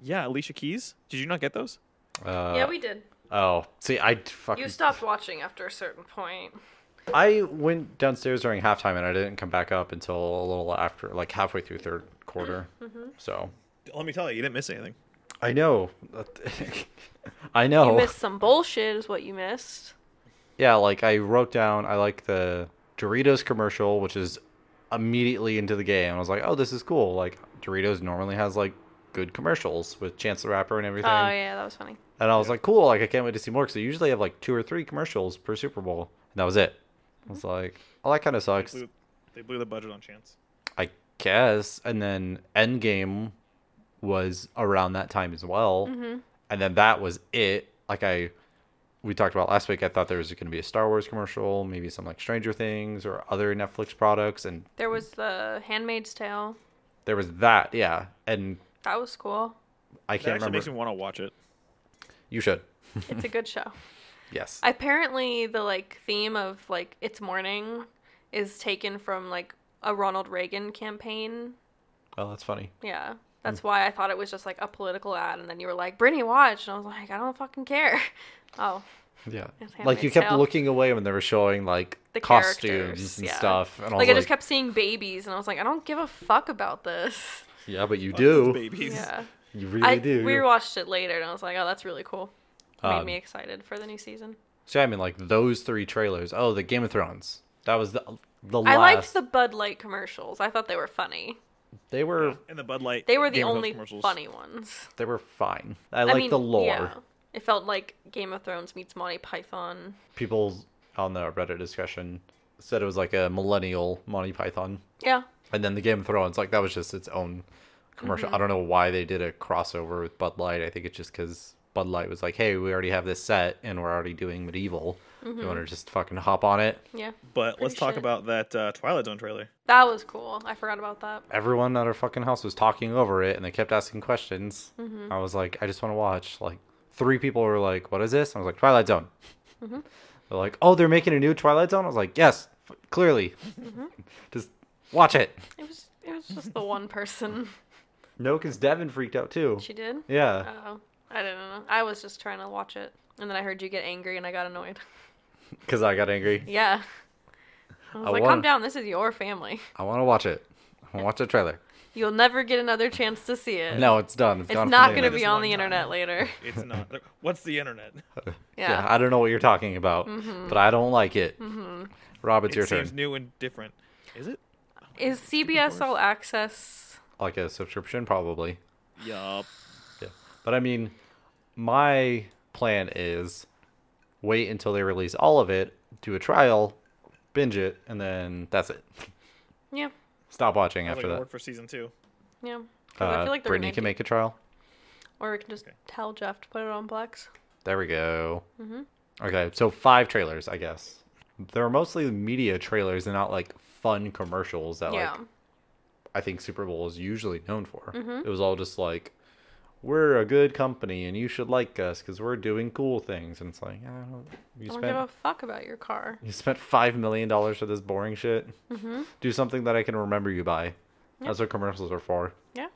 [SPEAKER 3] Yeah, Alicia Keys. Did you not get those?
[SPEAKER 1] uh,
[SPEAKER 2] yeah, we did.
[SPEAKER 1] Oh, see, I fucking.
[SPEAKER 2] You stopped watching after a certain point.
[SPEAKER 1] I went downstairs during halftime and I didn't come back up until a little after, like halfway through third quarter.
[SPEAKER 2] Mm-hmm.
[SPEAKER 1] So
[SPEAKER 3] Let me tell you, you didn't miss anything.
[SPEAKER 1] I know. I
[SPEAKER 2] You
[SPEAKER 1] know.
[SPEAKER 2] missed some bullshit, is what you missed.
[SPEAKER 1] Yeah, like I wrote down, I like the Doritos commercial, which is immediately into the game. I was like, oh, this is cool. Like Doritos normally has like good commercials with Chance the Rapper and everything.
[SPEAKER 2] Oh yeah, that was funny.
[SPEAKER 1] And I was like, cool. Like I can't wait to see more because they usually have like two or three commercials per Super Bowl, and that was it. I was like, oh, that kind of sucks.
[SPEAKER 3] they blew the budget on chance.
[SPEAKER 1] I guess. And then Endgame was around that time as well. And then that was it. Like I we talked about last week, I thought there was going to be a Star Wars commercial, maybe some like Stranger Things or other Netflix products and
[SPEAKER 2] There was the Handmaid's Tale.
[SPEAKER 1] there was that, yeah. And
[SPEAKER 2] That was cool.
[SPEAKER 1] I
[SPEAKER 3] That
[SPEAKER 1] can't
[SPEAKER 3] actually
[SPEAKER 1] remember.
[SPEAKER 3] makes me want to watch it.
[SPEAKER 1] You should.
[SPEAKER 2] It's a good show.
[SPEAKER 1] Yes.
[SPEAKER 2] Apparently, the like theme of like it's morning is taken from like a Ronald Reagan campaign.
[SPEAKER 1] oh, that's funny.
[SPEAKER 2] Yeah, that's
[SPEAKER 1] Hmm.
[SPEAKER 2] why I thought it was just like a political ad, and then you were like, "Brittany, watch," and I was like, "I don't fucking care." Oh,
[SPEAKER 1] Yeah.
[SPEAKER 2] It's
[SPEAKER 1] Like you
[SPEAKER 2] Handmaid's
[SPEAKER 1] kept
[SPEAKER 2] Tale.
[SPEAKER 1] looking away when they were showing like
[SPEAKER 2] The
[SPEAKER 1] costumes
[SPEAKER 2] characters,
[SPEAKER 1] and
[SPEAKER 2] yeah.
[SPEAKER 1] stuff, and I was
[SPEAKER 2] Like I just kept seeing babies, and I was like, I don't give a fuck about this.
[SPEAKER 1] yeah, but you
[SPEAKER 3] Fuck those
[SPEAKER 1] do,
[SPEAKER 3] babies.
[SPEAKER 2] yeah,
[SPEAKER 1] you really
[SPEAKER 2] I
[SPEAKER 1] do.
[SPEAKER 2] we watched it later, and I was like, oh, that's really cool. Made
[SPEAKER 1] Um,
[SPEAKER 2] me excited for the new season.
[SPEAKER 1] so yeah, I mean, like those three trailers. Oh, the Game of Thrones. That was the the last.
[SPEAKER 2] I liked the Bud Light commercials. I thought they were funny.
[SPEAKER 1] They were
[SPEAKER 3] And the Bud Light.
[SPEAKER 2] They were the
[SPEAKER 3] Game of Thrones
[SPEAKER 2] only
[SPEAKER 3] commercials.
[SPEAKER 2] funny ones.
[SPEAKER 1] they were fine. I, like
[SPEAKER 2] mean,
[SPEAKER 1] the lore.
[SPEAKER 2] yeah. It felt like Game of Thrones meets Monty Python.
[SPEAKER 1] People on the Reddit discussion said it was like a millennial Monty Python,
[SPEAKER 2] Yeah,
[SPEAKER 1] and then the Game of Thrones. Like that was just its own commercial. I don't know why they did a crossover with Bud Light. I think it's just because Bud Light was like, "Hey, we already have this set, and we're already doing medieval. You want to just fucking hop on it?"
[SPEAKER 2] yeah.
[SPEAKER 3] But
[SPEAKER 2] Pretty
[SPEAKER 3] let's talk
[SPEAKER 2] shit.
[SPEAKER 3] about that uh, Twilight Zone trailer.
[SPEAKER 2] That was cool. I forgot about that.
[SPEAKER 1] Everyone at our fucking house was talking over it, and they kept asking questions. I was like, "I just want to watch." Like three people were like, "What is this?" I was like, "Twilight Zone." They're like, "Oh, they're making a new Twilight Zone." I was like, "Yes, f- clearly, just watch it."
[SPEAKER 2] It was it was just the one person
[SPEAKER 1] No, because Devin freaked out too.
[SPEAKER 2] she did.
[SPEAKER 1] Yeah,
[SPEAKER 2] Oh, I don't know. I was just trying to watch it, and then I heard you get angry, and I got annoyed.
[SPEAKER 1] because I got angry.
[SPEAKER 2] yeah. I was
[SPEAKER 1] I
[SPEAKER 2] like,
[SPEAKER 1] wanna-
[SPEAKER 2] calm down. This is your family.
[SPEAKER 1] I want to watch it. I want to watch the trailer.
[SPEAKER 2] You'll never get another chance to see it.
[SPEAKER 1] No, it's done.
[SPEAKER 2] It's
[SPEAKER 1] gone
[SPEAKER 2] not
[SPEAKER 1] from the
[SPEAKER 2] going
[SPEAKER 1] internet.
[SPEAKER 2] to be
[SPEAKER 3] This
[SPEAKER 2] on
[SPEAKER 3] one
[SPEAKER 2] the
[SPEAKER 3] time.
[SPEAKER 2] internet later.
[SPEAKER 3] It's not. What's the internet?
[SPEAKER 1] Oh,
[SPEAKER 2] Yeah.
[SPEAKER 1] Yeah, I don't know what you're talking about,
[SPEAKER 2] Mm-hmm.
[SPEAKER 1] but I don't like it. Rob, it's
[SPEAKER 3] It
[SPEAKER 1] your
[SPEAKER 3] seems
[SPEAKER 1] turn.
[SPEAKER 3] new and different. Is it?
[SPEAKER 2] Is CBS All Access?
[SPEAKER 1] Like a subscription, probably.
[SPEAKER 3] Yup.
[SPEAKER 1] Yeah. But I mean, my plan is wait until they release all of it, do a trial, binge it, and then that's it.
[SPEAKER 2] Yeah,
[SPEAKER 1] Stop watching
[SPEAKER 3] Sounds like
[SPEAKER 1] after
[SPEAKER 3] a
[SPEAKER 1] that.
[SPEAKER 3] word for season two.
[SPEAKER 2] yeah. 'Cause I
[SPEAKER 1] Uh,
[SPEAKER 2] feel like they're
[SPEAKER 1] Brittany
[SPEAKER 2] gonna
[SPEAKER 1] can
[SPEAKER 2] do-
[SPEAKER 1] make a trial.
[SPEAKER 2] or we can just tell Jeff to put it on Plex.
[SPEAKER 1] There we go.
[SPEAKER 2] Mm-hmm.
[SPEAKER 1] Okay, so five trailers, I guess. They're mostly media trailers and not like fun commercials that
[SPEAKER 2] yeah,
[SPEAKER 1] like I think Super Bowl is usually known for.
[SPEAKER 2] Mm-hmm.
[SPEAKER 1] It was all just like, we're a good company and you should like us because we're doing cool things. And it's like, I don't, you
[SPEAKER 2] I don't
[SPEAKER 1] spent
[SPEAKER 2] give a fuck about your car.
[SPEAKER 1] you spent five million dollars for this boring shit.
[SPEAKER 2] Mm-hmm.
[SPEAKER 1] Do something that I can remember you by. That's what commercials are for.
[SPEAKER 2] Yeah,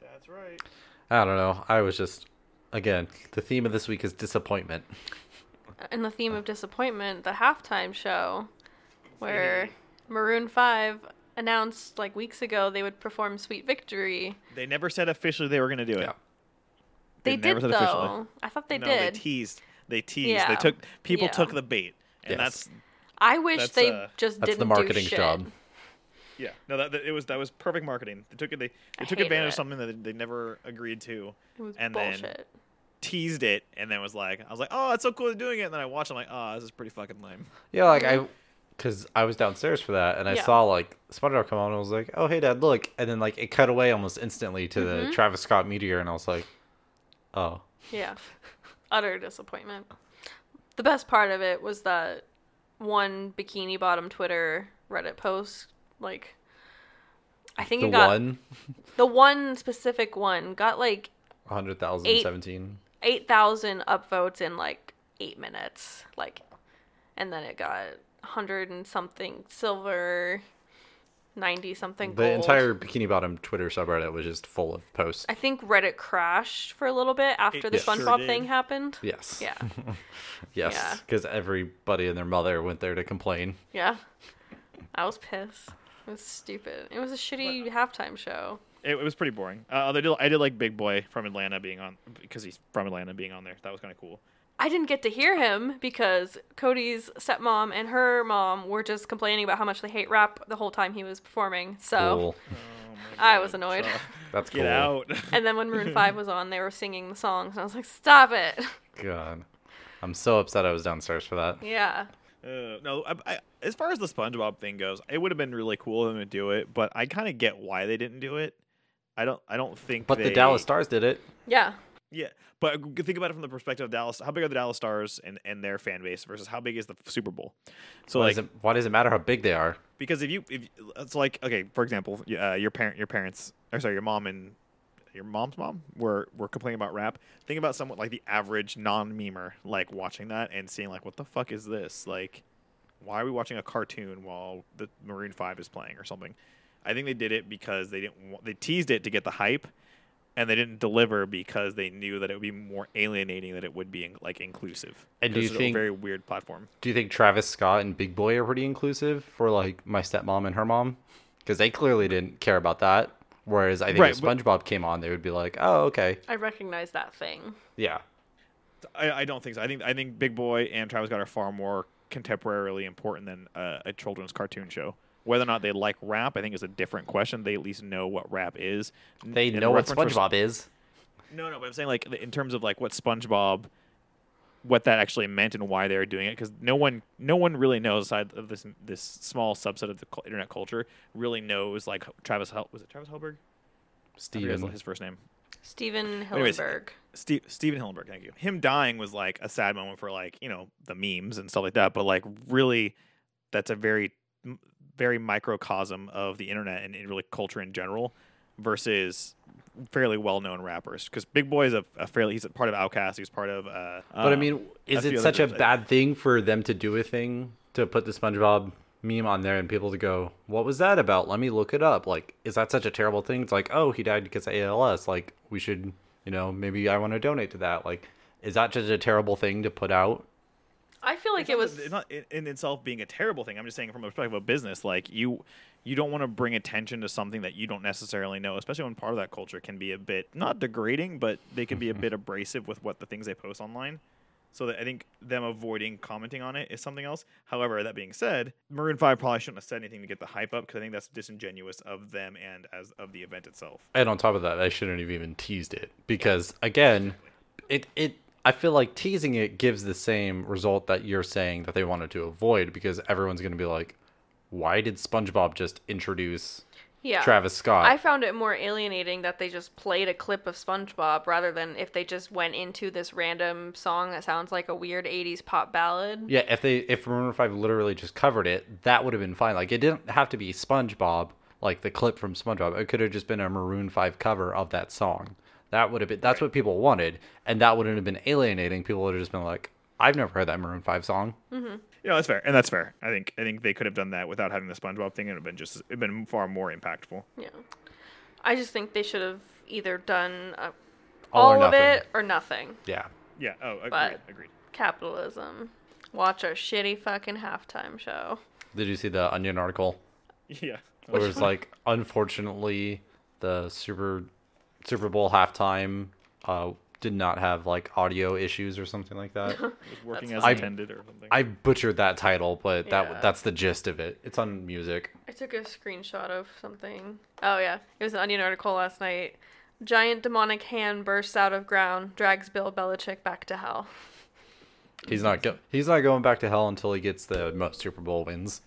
[SPEAKER 3] That's right.
[SPEAKER 1] I don't know. I was just, again, the theme of this week is disappointment.
[SPEAKER 2] and the theme of disappointment, the halftime show, where Maroon Five announced like weeks ago they would perform "Sweet Victory."
[SPEAKER 3] They never said officially they were going to do it.
[SPEAKER 1] Yeah.
[SPEAKER 2] They,
[SPEAKER 3] never
[SPEAKER 2] did
[SPEAKER 3] said
[SPEAKER 2] though.
[SPEAKER 3] officially.
[SPEAKER 2] I thought they
[SPEAKER 3] no,
[SPEAKER 2] did.
[SPEAKER 3] They teased. They teased. They
[SPEAKER 2] Yeah.
[SPEAKER 3] took people
[SPEAKER 2] Yeah.
[SPEAKER 3] took the bait, and
[SPEAKER 1] Yes.
[SPEAKER 3] that's
[SPEAKER 2] I wish
[SPEAKER 3] That's,
[SPEAKER 2] they
[SPEAKER 3] uh,
[SPEAKER 2] just
[SPEAKER 1] That's
[SPEAKER 2] didn't
[SPEAKER 1] the marketing
[SPEAKER 2] do shit.
[SPEAKER 1] job.
[SPEAKER 3] yeah. No, that, that- it was that was perfect marketing. They took it. They,
[SPEAKER 2] I
[SPEAKER 3] they took
[SPEAKER 2] hated
[SPEAKER 3] advantage of
[SPEAKER 2] it.
[SPEAKER 3] something that they, they never agreed to,
[SPEAKER 2] It was
[SPEAKER 3] and
[SPEAKER 2] bullshit.
[SPEAKER 3] then teased it, and then was like, I was like, oh, it's so cool they're doing it. And then I watched. I'm like, oh, this is pretty fucking lame.
[SPEAKER 1] Yeah, like I, because I was downstairs for that, and I
[SPEAKER 2] Yeah.
[SPEAKER 1] saw like SpongeBob come on, and I was like, "Oh, hey, Dad, look!" And then like it cut away almost instantly to
[SPEAKER 2] Mm-hmm.
[SPEAKER 1] the Travis Scott meteor, and I was like, "Oh,
[SPEAKER 2] Yeah. Utter disappointment. The best part of it was that one bikini bottom Twitter Reddit post, like I think
[SPEAKER 1] the
[SPEAKER 2] it got
[SPEAKER 1] one,
[SPEAKER 2] the one specific one got like
[SPEAKER 1] one hundred thousand
[SPEAKER 2] Eight.
[SPEAKER 1] seventeen.
[SPEAKER 2] eight thousand upvotes in like eight minutes. Like and then it got hundred and something silver, ninety something
[SPEAKER 1] The
[SPEAKER 2] gold.
[SPEAKER 1] entire Bikini Bottom Twitter subreddit was just full of posts.
[SPEAKER 2] I think Reddit crashed for a little bit after
[SPEAKER 3] It
[SPEAKER 2] the
[SPEAKER 3] sure
[SPEAKER 2] SpongeBob
[SPEAKER 3] did.
[SPEAKER 2] thing happened.
[SPEAKER 1] Yes.
[SPEAKER 2] Yeah. Yeah.
[SPEAKER 1] Yes. Because everybody and their mother went there to complain.
[SPEAKER 2] Yeah. I was pissed. It was stupid. It was a shitty halftime show.
[SPEAKER 3] It, it was pretty boring. Uh, although I did, I did like Big Boy from Atlanta being on because he's from Atlanta being on there. That was kind of cool.
[SPEAKER 2] I didn't get to hear him because Cody's stepmom and her mom were just complaining about how much they hate rap the whole time he was performing. So
[SPEAKER 1] Cool.
[SPEAKER 2] I was annoyed.
[SPEAKER 3] So,
[SPEAKER 1] That's cool.
[SPEAKER 3] get out.
[SPEAKER 2] and then when Maroon 5 was on, they were singing the songs. And I was like, stop it.
[SPEAKER 1] God, I'm so upset I was downstairs for that.
[SPEAKER 2] Yeah.
[SPEAKER 3] Uh, no, I, I, as far as the SpongeBob thing goes, it would have been really cool of them to do it, but I kind of get why they didn't do it. I don't. I don't think.
[SPEAKER 1] But the
[SPEAKER 3] they-
[SPEAKER 1] Dallas Stars did it.
[SPEAKER 2] Yeah.
[SPEAKER 3] Yeah, but g- think about it from the perspective of Dallas. How big are the Dallas Stars and, and their fan base versus how big is the Super Bowl? So
[SPEAKER 1] Why,
[SPEAKER 3] like,
[SPEAKER 1] does it why does it matter how big they are?
[SPEAKER 3] because if you if you- it's like okay, for example, y- uh, your parent, your parents, or sorry, your mom and your mom's mom were were complaining about rap. Think about someone like the average non-memer like watching that and seeing like, what the fuck is this? Like, why are we watching a cartoon while the Maroon Five is playing or something? I think they did it because they didn't. Want, they teased it to get the hype, and they didn't deliver because they knew that it would be more alienating than it would be like inclusive.
[SPEAKER 1] And do
[SPEAKER 3] Because
[SPEAKER 1] you
[SPEAKER 3] it's
[SPEAKER 1] think-
[SPEAKER 3] a very weird platform?
[SPEAKER 1] Do you think Travis Scott and Big Boy are pretty inclusive for like my stepmom and her mom? Because they clearly didn't care about that. Whereas I think
[SPEAKER 3] Right,
[SPEAKER 1] if
[SPEAKER 3] but-
[SPEAKER 1] SpongeBob came on, they would be like, "Oh, okay,
[SPEAKER 2] I recognize that thing.
[SPEAKER 1] yeah."
[SPEAKER 3] I, I don't think so. I think I think Big Boy and Travis Scott are far more contemporarily important than uh, a children's cartoon show. Whether or not they like rap, I think is a different question. They at least know what rap is.
[SPEAKER 1] They
[SPEAKER 3] In
[SPEAKER 1] know what
[SPEAKER 3] reference for-
[SPEAKER 1] SpongeBob is.
[SPEAKER 3] No, no, but I'm saying like in terms of like what SpongeBob, what that actually meant and why they were doing it, because no one, no one really knows aside of this this small subset of the cul- internet culture really knows like Travis Hel- was it Travis Helberg? I forget
[SPEAKER 1] Steven.
[SPEAKER 3] his first name.
[SPEAKER 2] Steven
[SPEAKER 3] Anyways,
[SPEAKER 2] Hillenberg.
[SPEAKER 3] Steve, Steven Hillenberg, thank you. Him dying was like a sad moment for like you know the memes and stuff like that, but like really, that's a very, m- very microcosm of the internet and, and really culture in general, versus fairly well-known rappers. Because Big Boy is a, a fairly he's a part of Outkast, he's part of. Uh,
[SPEAKER 1] But I mean, is
[SPEAKER 3] a few
[SPEAKER 1] it
[SPEAKER 3] other
[SPEAKER 1] such a
[SPEAKER 3] groups, I-
[SPEAKER 1] bad thing for them to do a thing to put the SpongeBob meme on there and people to go, "What was that about? Let me look it up." Like, is that such a terrible thing? It's like, "Oh, he died because of ALS." Like, we should, you know, maybe I want to donate to that. Like, is that just a terrible thing to put out?
[SPEAKER 2] I feel like it was.
[SPEAKER 3] it's not in- in itself being a terrible thing. I'm just saying from a perspective of business, like you, you don't want to bring attention to something that you don't necessarily know, especially when part of that culture can be a bit not degrading, but they can be a bit abrasive with what the things they post online. So that I think them avoiding commenting on it is something else. However, that being said, Maroon Five probably shouldn't have said anything to get the hype up because I think that's disingenuous of them and as of the event itself.
[SPEAKER 1] and on top of that, I shouldn't have even teased it because again, it it I feel like teasing it gives the same result that you're saying that they wanted to avoid because everyone's going to be like, why did SpongeBob just introduce
[SPEAKER 2] yeah.
[SPEAKER 1] Travis Scott?
[SPEAKER 2] I found it more alienating that they just played a clip of SpongeBob rather than if they just went into this random song that sounds like a weird 80s pop ballad.
[SPEAKER 1] yeah, if they if Maroon Five literally just covered it, that would have been fine. Like it didn't have to be SpongeBob, like the clip from SpongeBob. It could have just been a Maroon Five cover of that song. That would have been that's what people wanted, and that wouldn't have been alienating. People would have just been like, I've never heard that Maroon Five song.
[SPEAKER 2] Mm,
[SPEAKER 3] You know, that's fair, and that's fair. I think I think they could have done that without having the SpongeBob thing, and it would have been just it would have been far more impactful.
[SPEAKER 2] Yeah. I just think they should have either done uh,
[SPEAKER 1] All
[SPEAKER 2] all,
[SPEAKER 1] or
[SPEAKER 2] of
[SPEAKER 1] nothing.
[SPEAKER 2] it or nothing.
[SPEAKER 1] Yeah.
[SPEAKER 3] Yeah. Oh, agreed.
[SPEAKER 2] But-
[SPEAKER 3] agreed.
[SPEAKER 2] Capitalism. Watch our shitty fucking halftime show.
[SPEAKER 1] Did you see the Onion article?
[SPEAKER 3] Yeah.
[SPEAKER 1] Where it was like, unfortunately, the Super Super Bowl halftime uh, did not have like audio issues or something like that.
[SPEAKER 3] working
[SPEAKER 2] That's
[SPEAKER 3] as
[SPEAKER 2] fine.
[SPEAKER 3] intended or something.
[SPEAKER 1] I butchered that title, but
[SPEAKER 2] Yeah.
[SPEAKER 1] that that's the gist of it. It's on music.
[SPEAKER 2] I took a screenshot of something. Oh yeah, it was an Onion article last night. Giant demonic hand bursts out of ground, drags Bill Belichick back to hell.
[SPEAKER 1] He's not go- he's not going back to hell until he gets the most Super Bowl wins.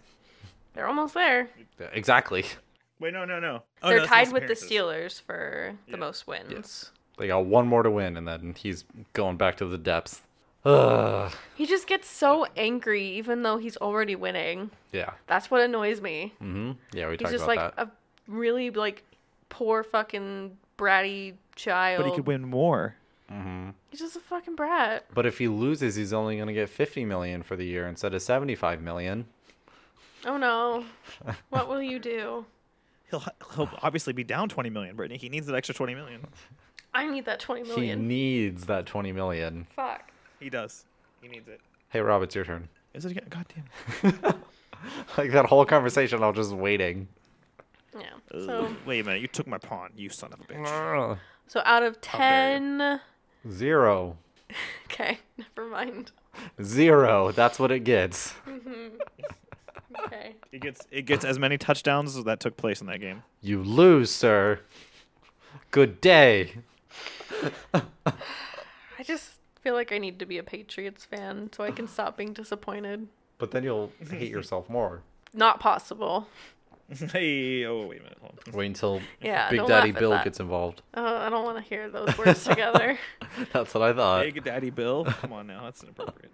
[SPEAKER 2] They're almost there.
[SPEAKER 1] Exactly.
[SPEAKER 3] Wait, no, no, no. Oh,
[SPEAKER 2] They're
[SPEAKER 3] no, that's
[SPEAKER 2] tied with the
[SPEAKER 3] appearances.
[SPEAKER 2] Steelers for the
[SPEAKER 3] Yeah.
[SPEAKER 2] most wins.
[SPEAKER 1] They got one more to win, and then he's going back to the depths. Ugh.
[SPEAKER 2] He just gets so angry, even though he's already winning.
[SPEAKER 1] Yeah.
[SPEAKER 2] That's what annoys me.
[SPEAKER 3] Mm,
[SPEAKER 1] hmm Yeah, we
[SPEAKER 2] He's
[SPEAKER 1] talked
[SPEAKER 2] just
[SPEAKER 1] about
[SPEAKER 2] like uh,
[SPEAKER 1] that.
[SPEAKER 2] a really like poor fucking bratty child.
[SPEAKER 3] But he could win more.
[SPEAKER 2] He's just a fucking brat.
[SPEAKER 1] But if he loses, he's only going to get 50 million for the year instead of 75 million.
[SPEAKER 2] Oh no, what will you do?
[SPEAKER 3] He'll he'll obviously be down twenty million, Brittany. He needs that extra twenty million.
[SPEAKER 2] I need that twenty
[SPEAKER 1] He
[SPEAKER 2] million.
[SPEAKER 1] needs that 20 million.
[SPEAKER 2] Fuck.
[SPEAKER 3] He does. He needs it.
[SPEAKER 1] Hey, Rob, it's your turn.
[SPEAKER 3] Is it again? God damn. it.
[SPEAKER 1] Like that whole conversation, I was just waiting.
[SPEAKER 2] Yeah. So
[SPEAKER 3] Ugh. Wait a minute. You took my pawn. You son of a bitch.
[SPEAKER 1] Ugh.
[SPEAKER 2] So out of
[SPEAKER 3] dare you.
[SPEAKER 2] 10.
[SPEAKER 1] Zero.
[SPEAKER 2] Okay, never mind.
[SPEAKER 1] Zero. That's what it gets.
[SPEAKER 2] Okay.
[SPEAKER 3] It gets it gets as many touchdowns as that took place in that game.
[SPEAKER 1] You lose, sir. Good day.
[SPEAKER 2] I just feel like I need to be a Patriots fan so I can stop being disappointed.
[SPEAKER 1] But then you'll hate yourself more.
[SPEAKER 2] Not possible.
[SPEAKER 3] hey. Oh wait a minute. Hold on.
[SPEAKER 1] Wait until
[SPEAKER 2] Yeah,
[SPEAKER 1] Big
[SPEAKER 2] don't
[SPEAKER 1] Daddy
[SPEAKER 2] laugh at
[SPEAKER 1] Bill
[SPEAKER 2] that.
[SPEAKER 1] gets involved.
[SPEAKER 2] Uh, I don't want to hear those words together.
[SPEAKER 1] That's what I thought.
[SPEAKER 3] Big Daddy Bill. Come on now. That's inappropriate.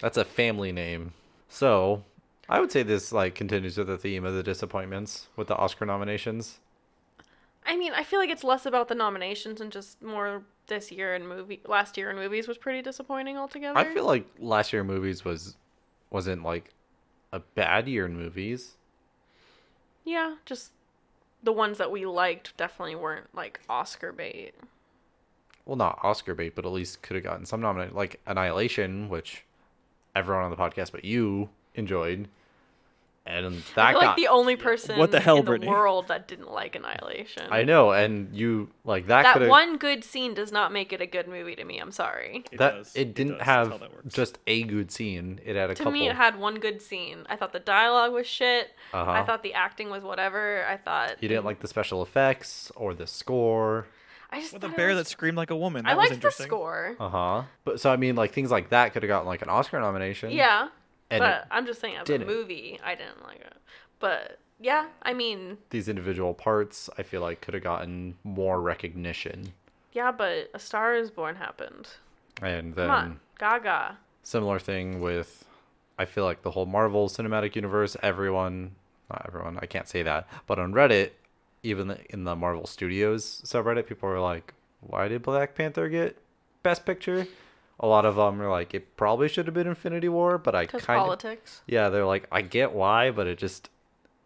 [SPEAKER 1] That's a family name. So, I would say this like continues with the theme of the disappointments with the Oscar nominations.
[SPEAKER 2] I mean, I feel like it's less about the nominations and just more this year in movie. Last year in movies was pretty disappointing altogether.
[SPEAKER 1] I feel like last year in movies was wasn't like a bad year in movies.
[SPEAKER 2] yeah, just the ones that we liked definitely weren't like Oscar bait.
[SPEAKER 1] well, not Oscar bait, but at least could have gotten some nomination, like Annihilation, which everyone on the podcast but you enjoyed, and that
[SPEAKER 2] You're
[SPEAKER 1] got
[SPEAKER 2] like the only person
[SPEAKER 3] What the hell,
[SPEAKER 2] in
[SPEAKER 3] Brittany?
[SPEAKER 2] the world that didn't like Annihilation.
[SPEAKER 1] I know, and you like that.
[SPEAKER 2] that
[SPEAKER 1] coulda-
[SPEAKER 2] one good scene does not make it a good movie to me. I'm sorry.
[SPEAKER 1] that
[SPEAKER 3] does.
[SPEAKER 1] it didn't
[SPEAKER 3] does. That's how
[SPEAKER 1] have
[SPEAKER 3] that works.
[SPEAKER 1] just a good scene. It had a
[SPEAKER 2] To
[SPEAKER 1] couple.
[SPEAKER 2] me, it had one good scene. I thought the dialogue was shit.
[SPEAKER 1] Uh-huh.
[SPEAKER 2] I thought the acting was whatever. I thought
[SPEAKER 1] you didn't like the special effects or the score.
[SPEAKER 2] I just
[SPEAKER 3] with a
[SPEAKER 2] thought it
[SPEAKER 3] bear
[SPEAKER 2] was-
[SPEAKER 3] that screamed like a woman. That
[SPEAKER 2] I
[SPEAKER 3] was
[SPEAKER 2] liked the
[SPEAKER 3] interesting.
[SPEAKER 2] score.
[SPEAKER 1] Uh huh. But so I mean, like things like that could have gotten like an Oscar nomination.
[SPEAKER 2] Yeah,
[SPEAKER 1] Um, And
[SPEAKER 2] but
[SPEAKER 1] it-
[SPEAKER 2] I'm just saying as a
[SPEAKER 1] didn't.
[SPEAKER 2] movie, I didn't like it. But yeah, I mean,
[SPEAKER 1] these individual parts, I feel like could have gotten more recognition.
[SPEAKER 2] yeah, but A Star Is Born happened.
[SPEAKER 1] And
[SPEAKER 2] Come
[SPEAKER 1] then
[SPEAKER 2] on, Gaga.
[SPEAKER 1] similar thing with, I feel like the whole Marvel Cinematic Universe. Everyone, not everyone, I can't say that, but on Reddit, even the- in the Marvel Studios subreddit, people were like, "Why did Black Panther get Best Picture?" A lot of them are like, "It probably should have been Infinity War," but I
[SPEAKER 2] Because
[SPEAKER 1] kind of
[SPEAKER 2] politics.
[SPEAKER 1] Yeah, they're like, I get why, but it just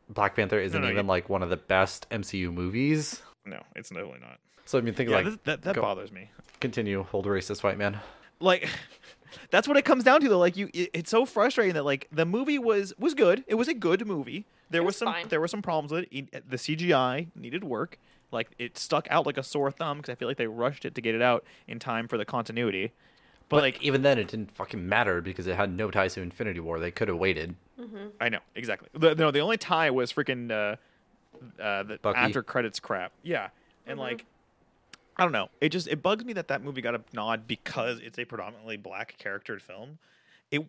[SPEAKER 1] Black Panther isn't
[SPEAKER 3] no,
[SPEAKER 1] even
[SPEAKER 3] you-
[SPEAKER 1] like one of the best MCU movies.
[SPEAKER 3] No, it's definitely not.
[SPEAKER 1] So I mean, think
[SPEAKER 3] Yeah,
[SPEAKER 1] like
[SPEAKER 3] this- that that
[SPEAKER 1] go-
[SPEAKER 3] bothers me.
[SPEAKER 1] continue, hold racist white man.
[SPEAKER 3] like that's what it comes down to though like you it, it's so frustrating that like the movie was was good it was a good movie there
[SPEAKER 2] It
[SPEAKER 3] was,
[SPEAKER 2] was
[SPEAKER 3] some
[SPEAKER 2] fine.
[SPEAKER 3] there were some problems with it E- the cgi needed work like it stuck out like a sore thumb because i feel like they rushed it to get it out in time for the continuity but, like
[SPEAKER 1] Even then, it didn't fucking matter because it had no ties to Infinity War. They could have waited.
[SPEAKER 3] i know exactly the, no the only tie was freaking uh uh the
[SPEAKER 1] Bucky.
[SPEAKER 3] after credits crap yeah and like I don't know. It just it bugs me that that movie got a nod because it's a predominantly black charactered film. It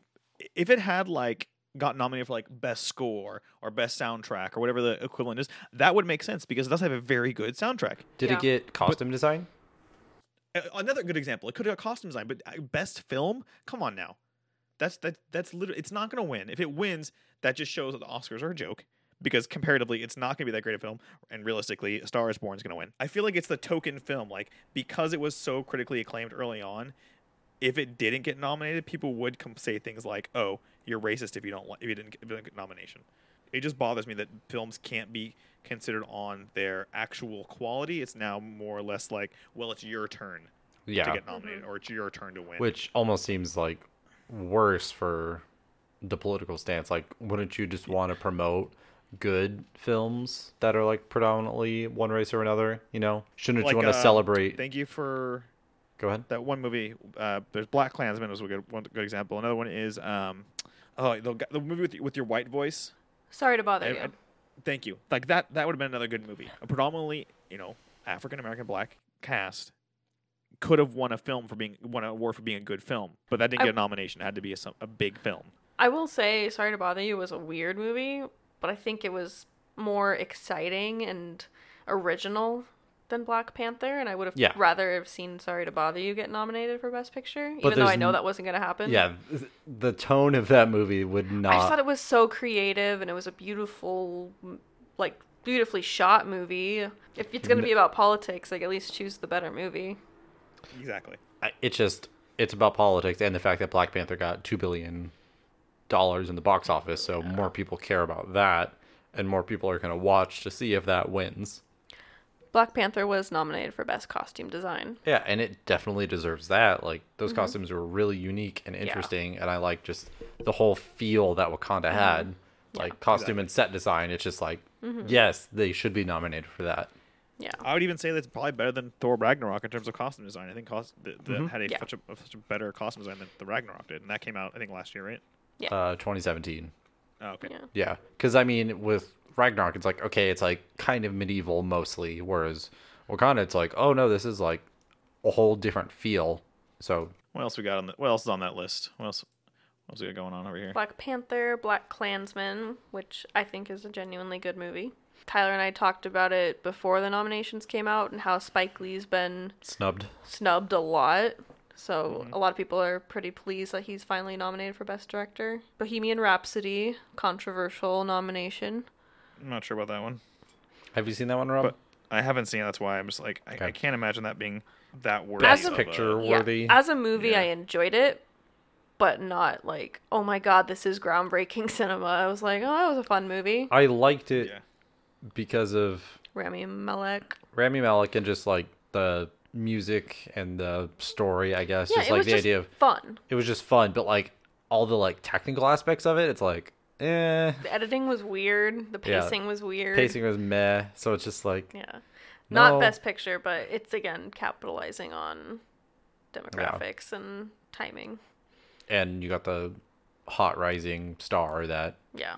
[SPEAKER 3] if it had like got nominated for like best score or best soundtrack or whatever the equivalent is, that would make sense because it does have a very good soundtrack.
[SPEAKER 1] Did
[SPEAKER 2] Yeah.
[SPEAKER 1] it get costume design?
[SPEAKER 3] A- Another good example. It could have got costume design, but uh, best film. Come on now, that's that that's literally it's not going to win. If it wins, that just shows that the Oscars are a joke because comparatively, it's not going to be that great a film. And realistically, A Star Is Born is going to win. I feel like it's the token film, like because it was so critically acclaimed early on. If it didn't get nominated, people would come say things like, "Oh, you're racist if you don't li- if you didn't get, if you didn't get nomination." It just bothers me that films can't be considered on their actual quality. It's now more or less like, "Well, it's your turn." to
[SPEAKER 1] Yeah,
[SPEAKER 3] get nominated, or it's your turn to win.
[SPEAKER 1] which almost seems like worse for the political stance. Like, wouldn't you just want to promote? good films that are like predominantly one race or another you know shouldn't
[SPEAKER 3] Like,
[SPEAKER 1] you want to
[SPEAKER 3] uh,
[SPEAKER 1] celebrate
[SPEAKER 3] Thank you for
[SPEAKER 1] go ahead
[SPEAKER 3] that one movie. Uh, there's Black Klansman was a good one, good example. Another one is um, oh the, the movie with with your white voice.
[SPEAKER 2] Sorry to bother
[SPEAKER 3] I-
[SPEAKER 2] you.
[SPEAKER 3] I- thank you. Like that that would have been another good movie. A predominantly you know African American black cast could have won a film for being won an award for being a good film, but that didn't
[SPEAKER 2] I-
[SPEAKER 3] get a nomination. It had to be a, some- a big film.
[SPEAKER 2] I will say, Sorry to Bother You was a weird movie, but I think it was more exciting and original than Black Panther, and I would have
[SPEAKER 1] Yeah.
[SPEAKER 2] rather have seen Sorry to Bother You get nominated for Best Picture,
[SPEAKER 1] But
[SPEAKER 2] even though
[SPEAKER 1] there's
[SPEAKER 2] I know
[SPEAKER 1] n-
[SPEAKER 2] that wasn't going to happen.
[SPEAKER 1] yeah Uh, th- the tone of that movie would not
[SPEAKER 2] I just thought it was so creative, and it was a beautiful, m- like beautifully shot movie. If it's going to be about politics, like at least choose the better movie.
[SPEAKER 3] Exactly.
[SPEAKER 1] I- it's just it's about politics and the fact that Black Panther got two billion dollars in the box office, so more people care about that, and more people are gonna watch to see if that wins.
[SPEAKER 2] Black Panther was nominated for Best Costume Design.
[SPEAKER 1] Yeah, and it definitely deserves that. Like those costumes were really unique and interesting, and I like just the whole feel that Wakanda had, like costume and set design. It's just like yes, they should be nominated for that.
[SPEAKER 2] Yeah.
[SPEAKER 3] I would even say that's probably better than Thor Ragnarok in terms of costume design. I think cost the, the, had a,
[SPEAKER 2] Yeah.
[SPEAKER 3] such a such a better costume design than the Ragnarok did, and that came out I think last year, right?
[SPEAKER 2] Yeah.
[SPEAKER 1] Uh, 2017.
[SPEAKER 3] Oh, okay.
[SPEAKER 2] Yeah.
[SPEAKER 1] Yeah, because I mean, with Ragnarok, it's like okay, it's like kind of medieval mostly, whereas Wakanda, it's like oh no, this is like a whole different feel. So
[SPEAKER 3] What else we got on the? What else is on that list? What else? What else we got going on over here?
[SPEAKER 2] Black Panther, Black Klansman, which I think is a genuinely good movie. Tyler and I talked about it before the nominations came out and how Spike Lee's been
[SPEAKER 1] snubbed.
[SPEAKER 2] snubbed a lot. So
[SPEAKER 1] Mm-hmm.
[SPEAKER 2] a lot of people are pretty pleased that he's finally nominated for Best Director. Bohemian Rhapsody, controversial nomination.
[SPEAKER 3] I'm not sure about that one,
[SPEAKER 1] Have you seen that one, Rob?
[SPEAKER 3] but I haven't seen. it. That's why I'm just like I, I
[SPEAKER 1] Okay.
[SPEAKER 3] can't imagine that being that worthy.
[SPEAKER 1] Best
[SPEAKER 3] of a-
[SPEAKER 1] picture.
[SPEAKER 2] Yeah,
[SPEAKER 1] Worthy.
[SPEAKER 2] as a movie,
[SPEAKER 3] Yeah.
[SPEAKER 2] I enjoyed it, but not like, oh my god, this is
[SPEAKER 1] Uh,
[SPEAKER 2] groundbreaking cinema. I was like, oh, that was a fun movie.
[SPEAKER 1] I liked it
[SPEAKER 3] Yeah.
[SPEAKER 1] because of
[SPEAKER 2] Rami Malek.
[SPEAKER 1] Rami Malek and just like the music and the story, I guess.
[SPEAKER 2] Yeah,
[SPEAKER 1] just
[SPEAKER 2] it
[SPEAKER 1] like
[SPEAKER 2] was
[SPEAKER 1] the
[SPEAKER 2] just
[SPEAKER 1] idea of
[SPEAKER 2] fun.
[SPEAKER 1] it was just fun, but like all the like technical aspects of it, it's like eh.
[SPEAKER 2] The editing was weird. The
[SPEAKER 1] Yeah.
[SPEAKER 2] pacing was weird.
[SPEAKER 1] Pacing was meh, so it's just like
[SPEAKER 2] Yeah. Not
[SPEAKER 1] No.
[SPEAKER 2] best picture, but it's again capitalizing on demographics and timing.
[SPEAKER 1] and you got the hot rising star that
[SPEAKER 2] Yeah.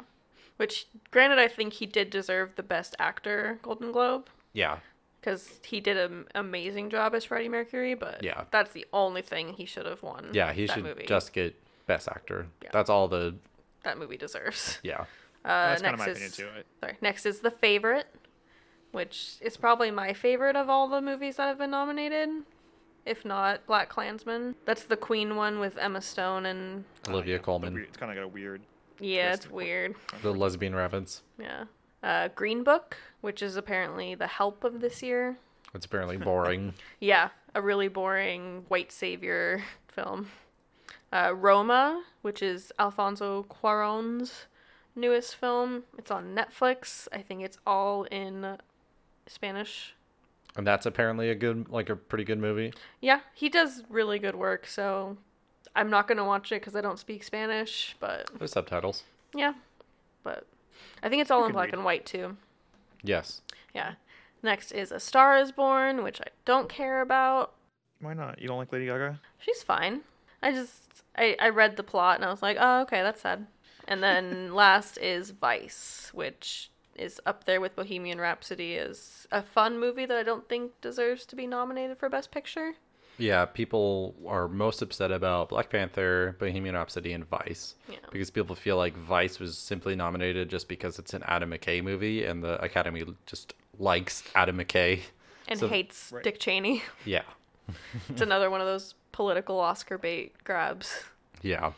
[SPEAKER 2] Which, granted, I think he did deserve the best actor Golden Globe
[SPEAKER 1] yeah,
[SPEAKER 2] because he did an amazing job as Freddie Mercury, but
[SPEAKER 1] Yeah.
[SPEAKER 2] that's the only thing he should have won.
[SPEAKER 1] yeah, he
[SPEAKER 2] that
[SPEAKER 1] should
[SPEAKER 2] movie.
[SPEAKER 1] just get best actor.
[SPEAKER 2] Yeah.
[SPEAKER 1] That's all the
[SPEAKER 2] That movie deserves.
[SPEAKER 1] yeah.
[SPEAKER 2] Uh,
[SPEAKER 3] That's kind of
[SPEAKER 2] next
[SPEAKER 3] my
[SPEAKER 2] is-
[SPEAKER 3] opinion too.
[SPEAKER 2] Sorry. Next is The Favorite, which is probably my favorite of all the movies that have been nominated, if not Black Klansman. That's the Queen one with Emma Stone and
[SPEAKER 3] Oh,
[SPEAKER 1] Olivia Colman.
[SPEAKER 3] It's kind of got a weird.
[SPEAKER 2] yeah,
[SPEAKER 3] Twist
[SPEAKER 2] it's
[SPEAKER 3] and quirk.
[SPEAKER 2] weird.
[SPEAKER 1] The lesbian rabbits.
[SPEAKER 2] Yeah. Uh, Green Book, which is apparently the help of this year.
[SPEAKER 1] It's apparently boring.
[SPEAKER 2] Yeah, a really boring white savior film. Uh, Roma, which is Alfonso Cuarón's newest film. It's on Netflix. I think it's all in Spanish.
[SPEAKER 1] and that's apparently a good like a pretty good movie.
[SPEAKER 2] Yeah, he does really good work, so I'm not going to watch it because I don't speak Spanish, but
[SPEAKER 1] There's subtitles.
[SPEAKER 2] yeah. But I think it's all in
[SPEAKER 3] can
[SPEAKER 2] black
[SPEAKER 3] read.
[SPEAKER 2] and white too.
[SPEAKER 1] Yes.
[SPEAKER 2] Yeah. Next is A Star is Born, which I don't care about.
[SPEAKER 3] Why not? You don't like Lady Gaga?
[SPEAKER 2] She's fine. I just I, I read the plot and I was like, oh okay, that's sad. And then last is Vice, which is up there with Bohemian Rhapsody as a fun movie that I don't think deserves to be nominated for Best Picture.
[SPEAKER 1] Yeah, people are most upset about Black Panther, Bohemian Rhapsody, and Vice
[SPEAKER 2] Yeah.
[SPEAKER 1] because people feel like Vice was simply nominated just because it's an Adam McKay movie and the Academy just likes Adam McKay.
[SPEAKER 2] And
[SPEAKER 1] So-
[SPEAKER 2] hates
[SPEAKER 3] Right.
[SPEAKER 2] Dick Cheney.
[SPEAKER 1] Yeah,
[SPEAKER 2] it's another one of those political Oscar bait grabs.
[SPEAKER 1] yeah,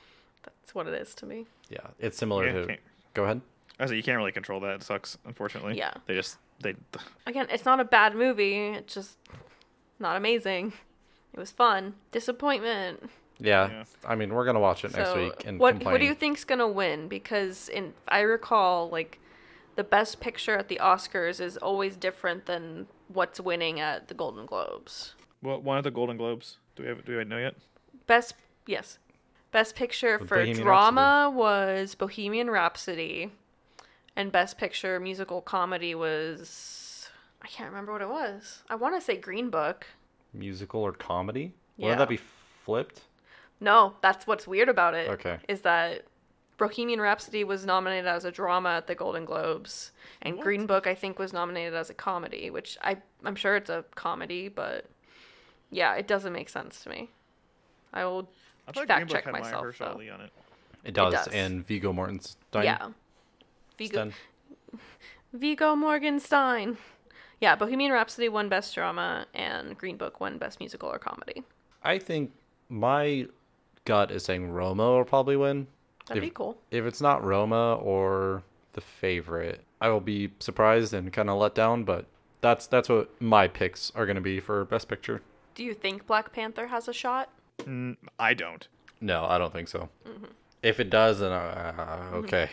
[SPEAKER 2] That's what it is to me.
[SPEAKER 1] yeah. It's similar
[SPEAKER 3] Yeah,
[SPEAKER 1] to.
[SPEAKER 3] can't-
[SPEAKER 1] Go ahead.
[SPEAKER 3] I was like, you can't really control that. It sucks, unfortunately.
[SPEAKER 2] Yeah.
[SPEAKER 3] They just they.
[SPEAKER 2] Again, it's not a bad movie. It's just not amazing. It was fun. Disappointment.
[SPEAKER 1] Yeah.
[SPEAKER 3] Yeah.
[SPEAKER 1] I mean, we're gonna watch it next
[SPEAKER 2] so
[SPEAKER 1] week and
[SPEAKER 2] what
[SPEAKER 1] complain.
[SPEAKER 2] what do you think's gonna win? Because in I recall like the best picture at the Oscars is always different than what's winning at the Golden Globes.
[SPEAKER 3] Well, one of the Golden Globes. Do we have? Do we know yet?
[SPEAKER 2] Best yes, best picture
[SPEAKER 1] With
[SPEAKER 2] for
[SPEAKER 1] Bohemian
[SPEAKER 2] drama was Bohemian Rhapsody, and best picture musical comedy was I can't remember what it was. I want to say Green Book.
[SPEAKER 1] Musical or comedy?
[SPEAKER 2] Yeah.
[SPEAKER 1] Wouldn't that be flipped?
[SPEAKER 2] No, that's what's weird about it.
[SPEAKER 1] Okay.
[SPEAKER 2] Is that Bohemian Rhapsody was nominated as a drama at the Golden Globes, and
[SPEAKER 3] What?
[SPEAKER 2] Green Book I think was nominated as a comedy, which I I'm sure it's a comedy, but yeah, it doesn't make sense to me. I will
[SPEAKER 3] I thought
[SPEAKER 2] Fact
[SPEAKER 3] Green Book
[SPEAKER 2] check
[SPEAKER 3] had
[SPEAKER 2] myself,
[SPEAKER 3] Maya Herschel
[SPEAKER 2] though.
[SPEAKER 3] Lee on it.
[SPEAKER 1] It does.
[SPEAKER 2] does.
[SPEAKER 1] And Vigo Mortensen.
[SPEAKER 2] yeah. Vigo
[SPEAKER 1] Sten-
[SPEAKER 2] Vigo Morgenstein. Yeah, Bohemian Rhapsody won best drama and Green Book won best musical or comedy.
[SPEAKER 1] I think my gut is saying Roma will probably win.
[SPEAKER 2] That'd
[SPEAKER 1] If-
[SPEAKER 2] be cool.
[SPEAKER 1] If it's not Roma or the favorite, I will be surprised and kind of let down. But that's that's what my picks are going to be for Best Picture.
[SPEAKER 2] Do you think Black Panther has a shot?
[SPEAKER 3] Mm, I don't.
[SPEAKER 1] No, I don't think so.
[SPEAKER 2] Mm-hmm.
[SPEAKER 1] If it does, then uh, okay.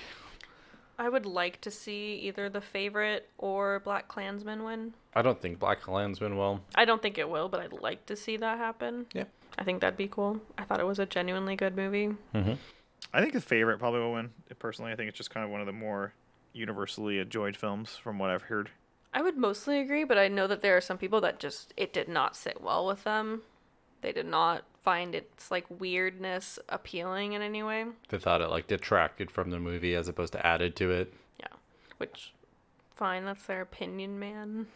[SPEAKER 2] I would like to see either the favorite or Black Klansman win.
[SPEAKER 1] I don't think Black Klansman will.
[SPEAKER 2] I don't think it will, but I'd like to see that happen.
[SPEAKER 1] Yeah.
[SPEAKER 2] I think that'd be cool. I thought it was a genuinely good movie.
[SPEAKER 3] I think the favorite probably will win. Personally, I think it's just kind of one of the more universally enjoyed films from what I've heard.
[SPEAKER 2] I would mostly agree, but I know that there are some people that just it did not sit well with them. They did not find its like weirdness appealing in any way.
[SPEAKER 1] They thought it like detracted from the movie as opposed to added to it.
[SPEAKER 2] Yeah. Which fine, that's their opinion, man.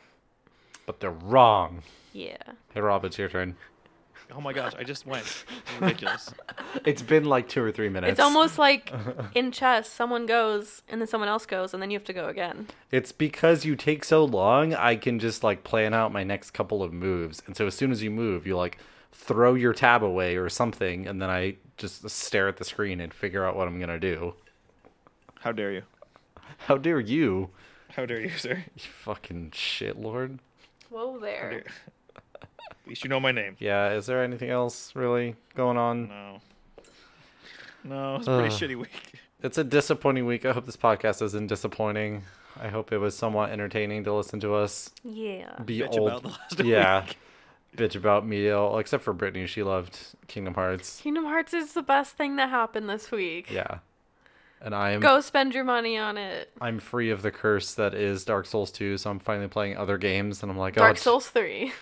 [SPEAKER 1] But they're wrong.
[SPEAKER 2] Yeah.
[SPEAKER 1] Hey, Rob, it's your turn.
[SPEAKER 3] Oh my gosh, I just went. Ridiculous.
[SPEAKER 1] It's been like two or three minutes.
[SPEAKER 2] It's almost like in chess, someone goes and then someone else goes and then you have to go again.
[SPEAKER 1] It's because you take so long, I can just like plan out my next couple of moves. And so as soon as you move, you like throw your tab away or something, and then I just stare at the screen and figure out what I'm gonna do.
[SPEAKER 3] How dare you?
[SPEAKER 1] How dare you?
[SPEAKER 3] How dare you, sir?
[SPEAKER 1] You fucking shit lord.
[SPEAKER 2] Whoa
[SPEAKER 3] How dare-
[SPEAKER 2] there.
[SPEAKER 3] At least you know my name.
[SPEAKER 1] Yeah, is there anything else really going on?
[SPEAKER 3] No. No, it's a pretty
[SPEAKER 1] Ugh.
[SPEAKER 3] shitty week.
[SPEAKER 1] It's a disappointing week. I hope this podcast isn't disappointing. I hope it was somewhat entertaining to listen to us
[SPEAKER 2] Yeah.
[SPEAKER 1] be
[SPEAKER 3] Bitch
[SPEAKER 1] old.
[SPEAKER 3] about the last
[SPEAKER 1] yeah.
[SPEAKER 3] week.
[SPEAKER 1] Bitch about media, except for Brittany. She loved Kingdom Hearts.
[SPEAKER 2] Kingdom Hearts is the best thing that happened this week.
[SPEAKER 1] Yeah. And I am
[SPEAKER 2] Go spend your money on it.
[SPEAKER 1] I'm free of the curse that is Dark Souls 2, so I'm finally playing other games and I'm like, oh,
[SPEAKER 2] Dark
[SPEAKER 1] it's-
[SPEAKER 2] Souls 3.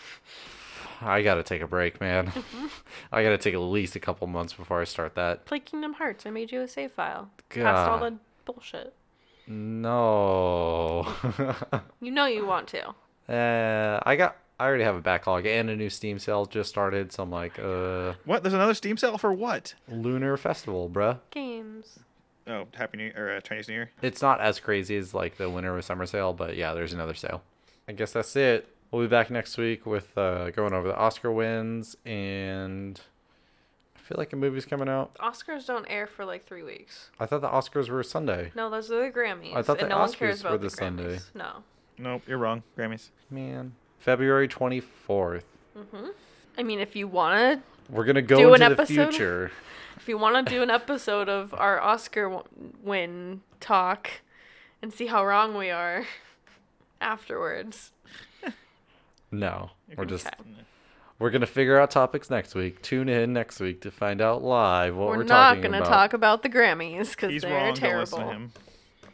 [SPEAKER 1] I got to take a break, man. I got to take at least a couple months before I start that.
[SPEAKER 2] Play Kingdom Hearts. I made you a save file. Past all
[SPEAKER 1] God.
[SPEAKER 2] the bullshit.
[SPEAKER 1] No.
[SPEAKER 2] You know you want to.
[SPEAKER 1] uh, I got I already have a backlog and a new Steam sale just started, so I'm like, uh
[SPEAKER 3] What? There's another Steam sale for what?
[SPEAKER 1] Lunar Festival, bruh.
[SPEAKER 2] Games.
[SPEAKER 3] Oh, Happy New or uh, Chinese New Year.
[SPEAKER 1] It's not as crazy as like the winter with summer sale, but yeah, there's another sale. I guess that's it. We'll be back next week with uh, going over the Oscar wins and I feel like a movie's coming out.
[SPEAKER 2] Oscars don't air for like three weeks.
[SPEAKER 1] I thought the Oscars were Sunday.
[SPEAKER 2] No, those are the Grammys.
[SPEAKER 1] I thought
[SPEAKER 2] and
[SPEAKER 1] the
[SPEAKER 2] no one
[SPEAKER 1] Oscars
[SPEAKER 2] cares
[SPEAKER 1] were
[SPEAKER 2] about the
[SPEAKER 1] this Sunday.
[SPEAKER 2] Grammys. No.
[SPEAKER 3] Nope, you're wrong. Grammys.
[SPEAKER 1] Man, February 24th.
[SPEAKER 2] I mean, if you want to
[SPEAKER 1] We're gonna go
[SPEAKER 2] Do an
[SPEAKER 1] into the
[SPEAKER 2] episode?
[SPEAKER 1] future.
[SPEAKER 2] If you want to do an episode of our Oscar w- win talk and see how wrong we are afterwards.
[SPEAKER 1] No, we're just
[SPEAKER 2] Okay.
[SPEAKER 1] we're gonna figure out topics next week. Tune in next week to find out live what
[SPEAKER 2] we're,
[SPEAKER 1] we're,
[SPEAKER 2] not
[SPEAKER 1] talking
[SPEAKER 2] going to
[SPEAKER 1] about.
[SPEAKER 2] talk about the Grammys cuz
[SPEAKER 3] He's
[SPEAKER 2] they're
[SPEAKER 3] wrong. Don't
[SPEAKER 2] terrible.
[SPEAKER 3] listen to him.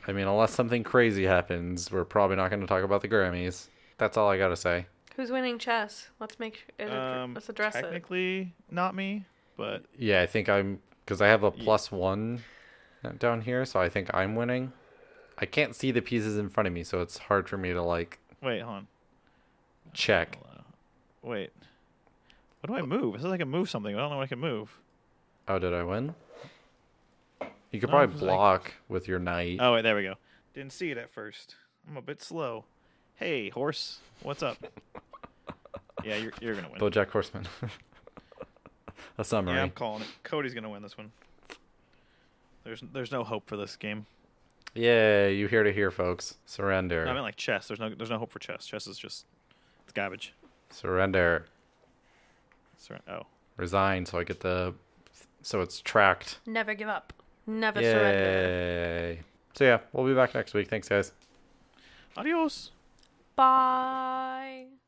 [SPEAKER 1] I mean, unless something crazy happens, we're probably not gonna talk about the Grammys. That's all I gotta say.
[SPEAKER 2] Who's winning chess? Let's make it,
[SPEAKER 3] Um,
[SPEAKER 2] let's address it.
[SPEAKER 3] technically, not me, but
[SPEAKER 1] Yeah, I think I'm because I have a plus one down here, so I think I'm winning. I can't see the pieces in front of me, so it's hard for me to like
[SPEAKER 3] wait, hold on.
[SPEAKER 1] check.
[SPEAKER 3] Hello. Wait. What do I move? It says I can move something. but I don't know what I can move.
[SPEAKER 1] Oh, did I win? You could
[SPEAKER 3] No,
[SPEAKER 1] probably
[SPEAKER 3] it's like-
[SPEAKER 1] block with your knight.
[SPEAKER 3] Oh, wait, there we go. Didn't see it at first. I'm a bit slow. Hey, horse, what's up? yeah, you're, you're going to win.
[SPEAKER 1] BoJack Horseman. a summary.
[SPEAKER 3] yeah, I'm calling it. Cody's going to win this one. There's there's no hope for this game.
[SPEAKER 1] Yay! You hear to hear, folks. Surrender.
[SPEAKER 3] No, I mean like chess. There's no there's no hope for chess. Chess is just it's garbage.
[SPEAKER 1] Surrender.
[SPEAKER 3] Sur- oh,
[SPEAKER 1] Resign, so I get the. So it's tracked.
[SPEAKER 2] Never give up. Never surrender.
[SPEAKER 1] Yay! So yeah, we'll be back next week. Thanks, guys.
[SPEAKER 3] adios.
[SPEAKER 2] Bye.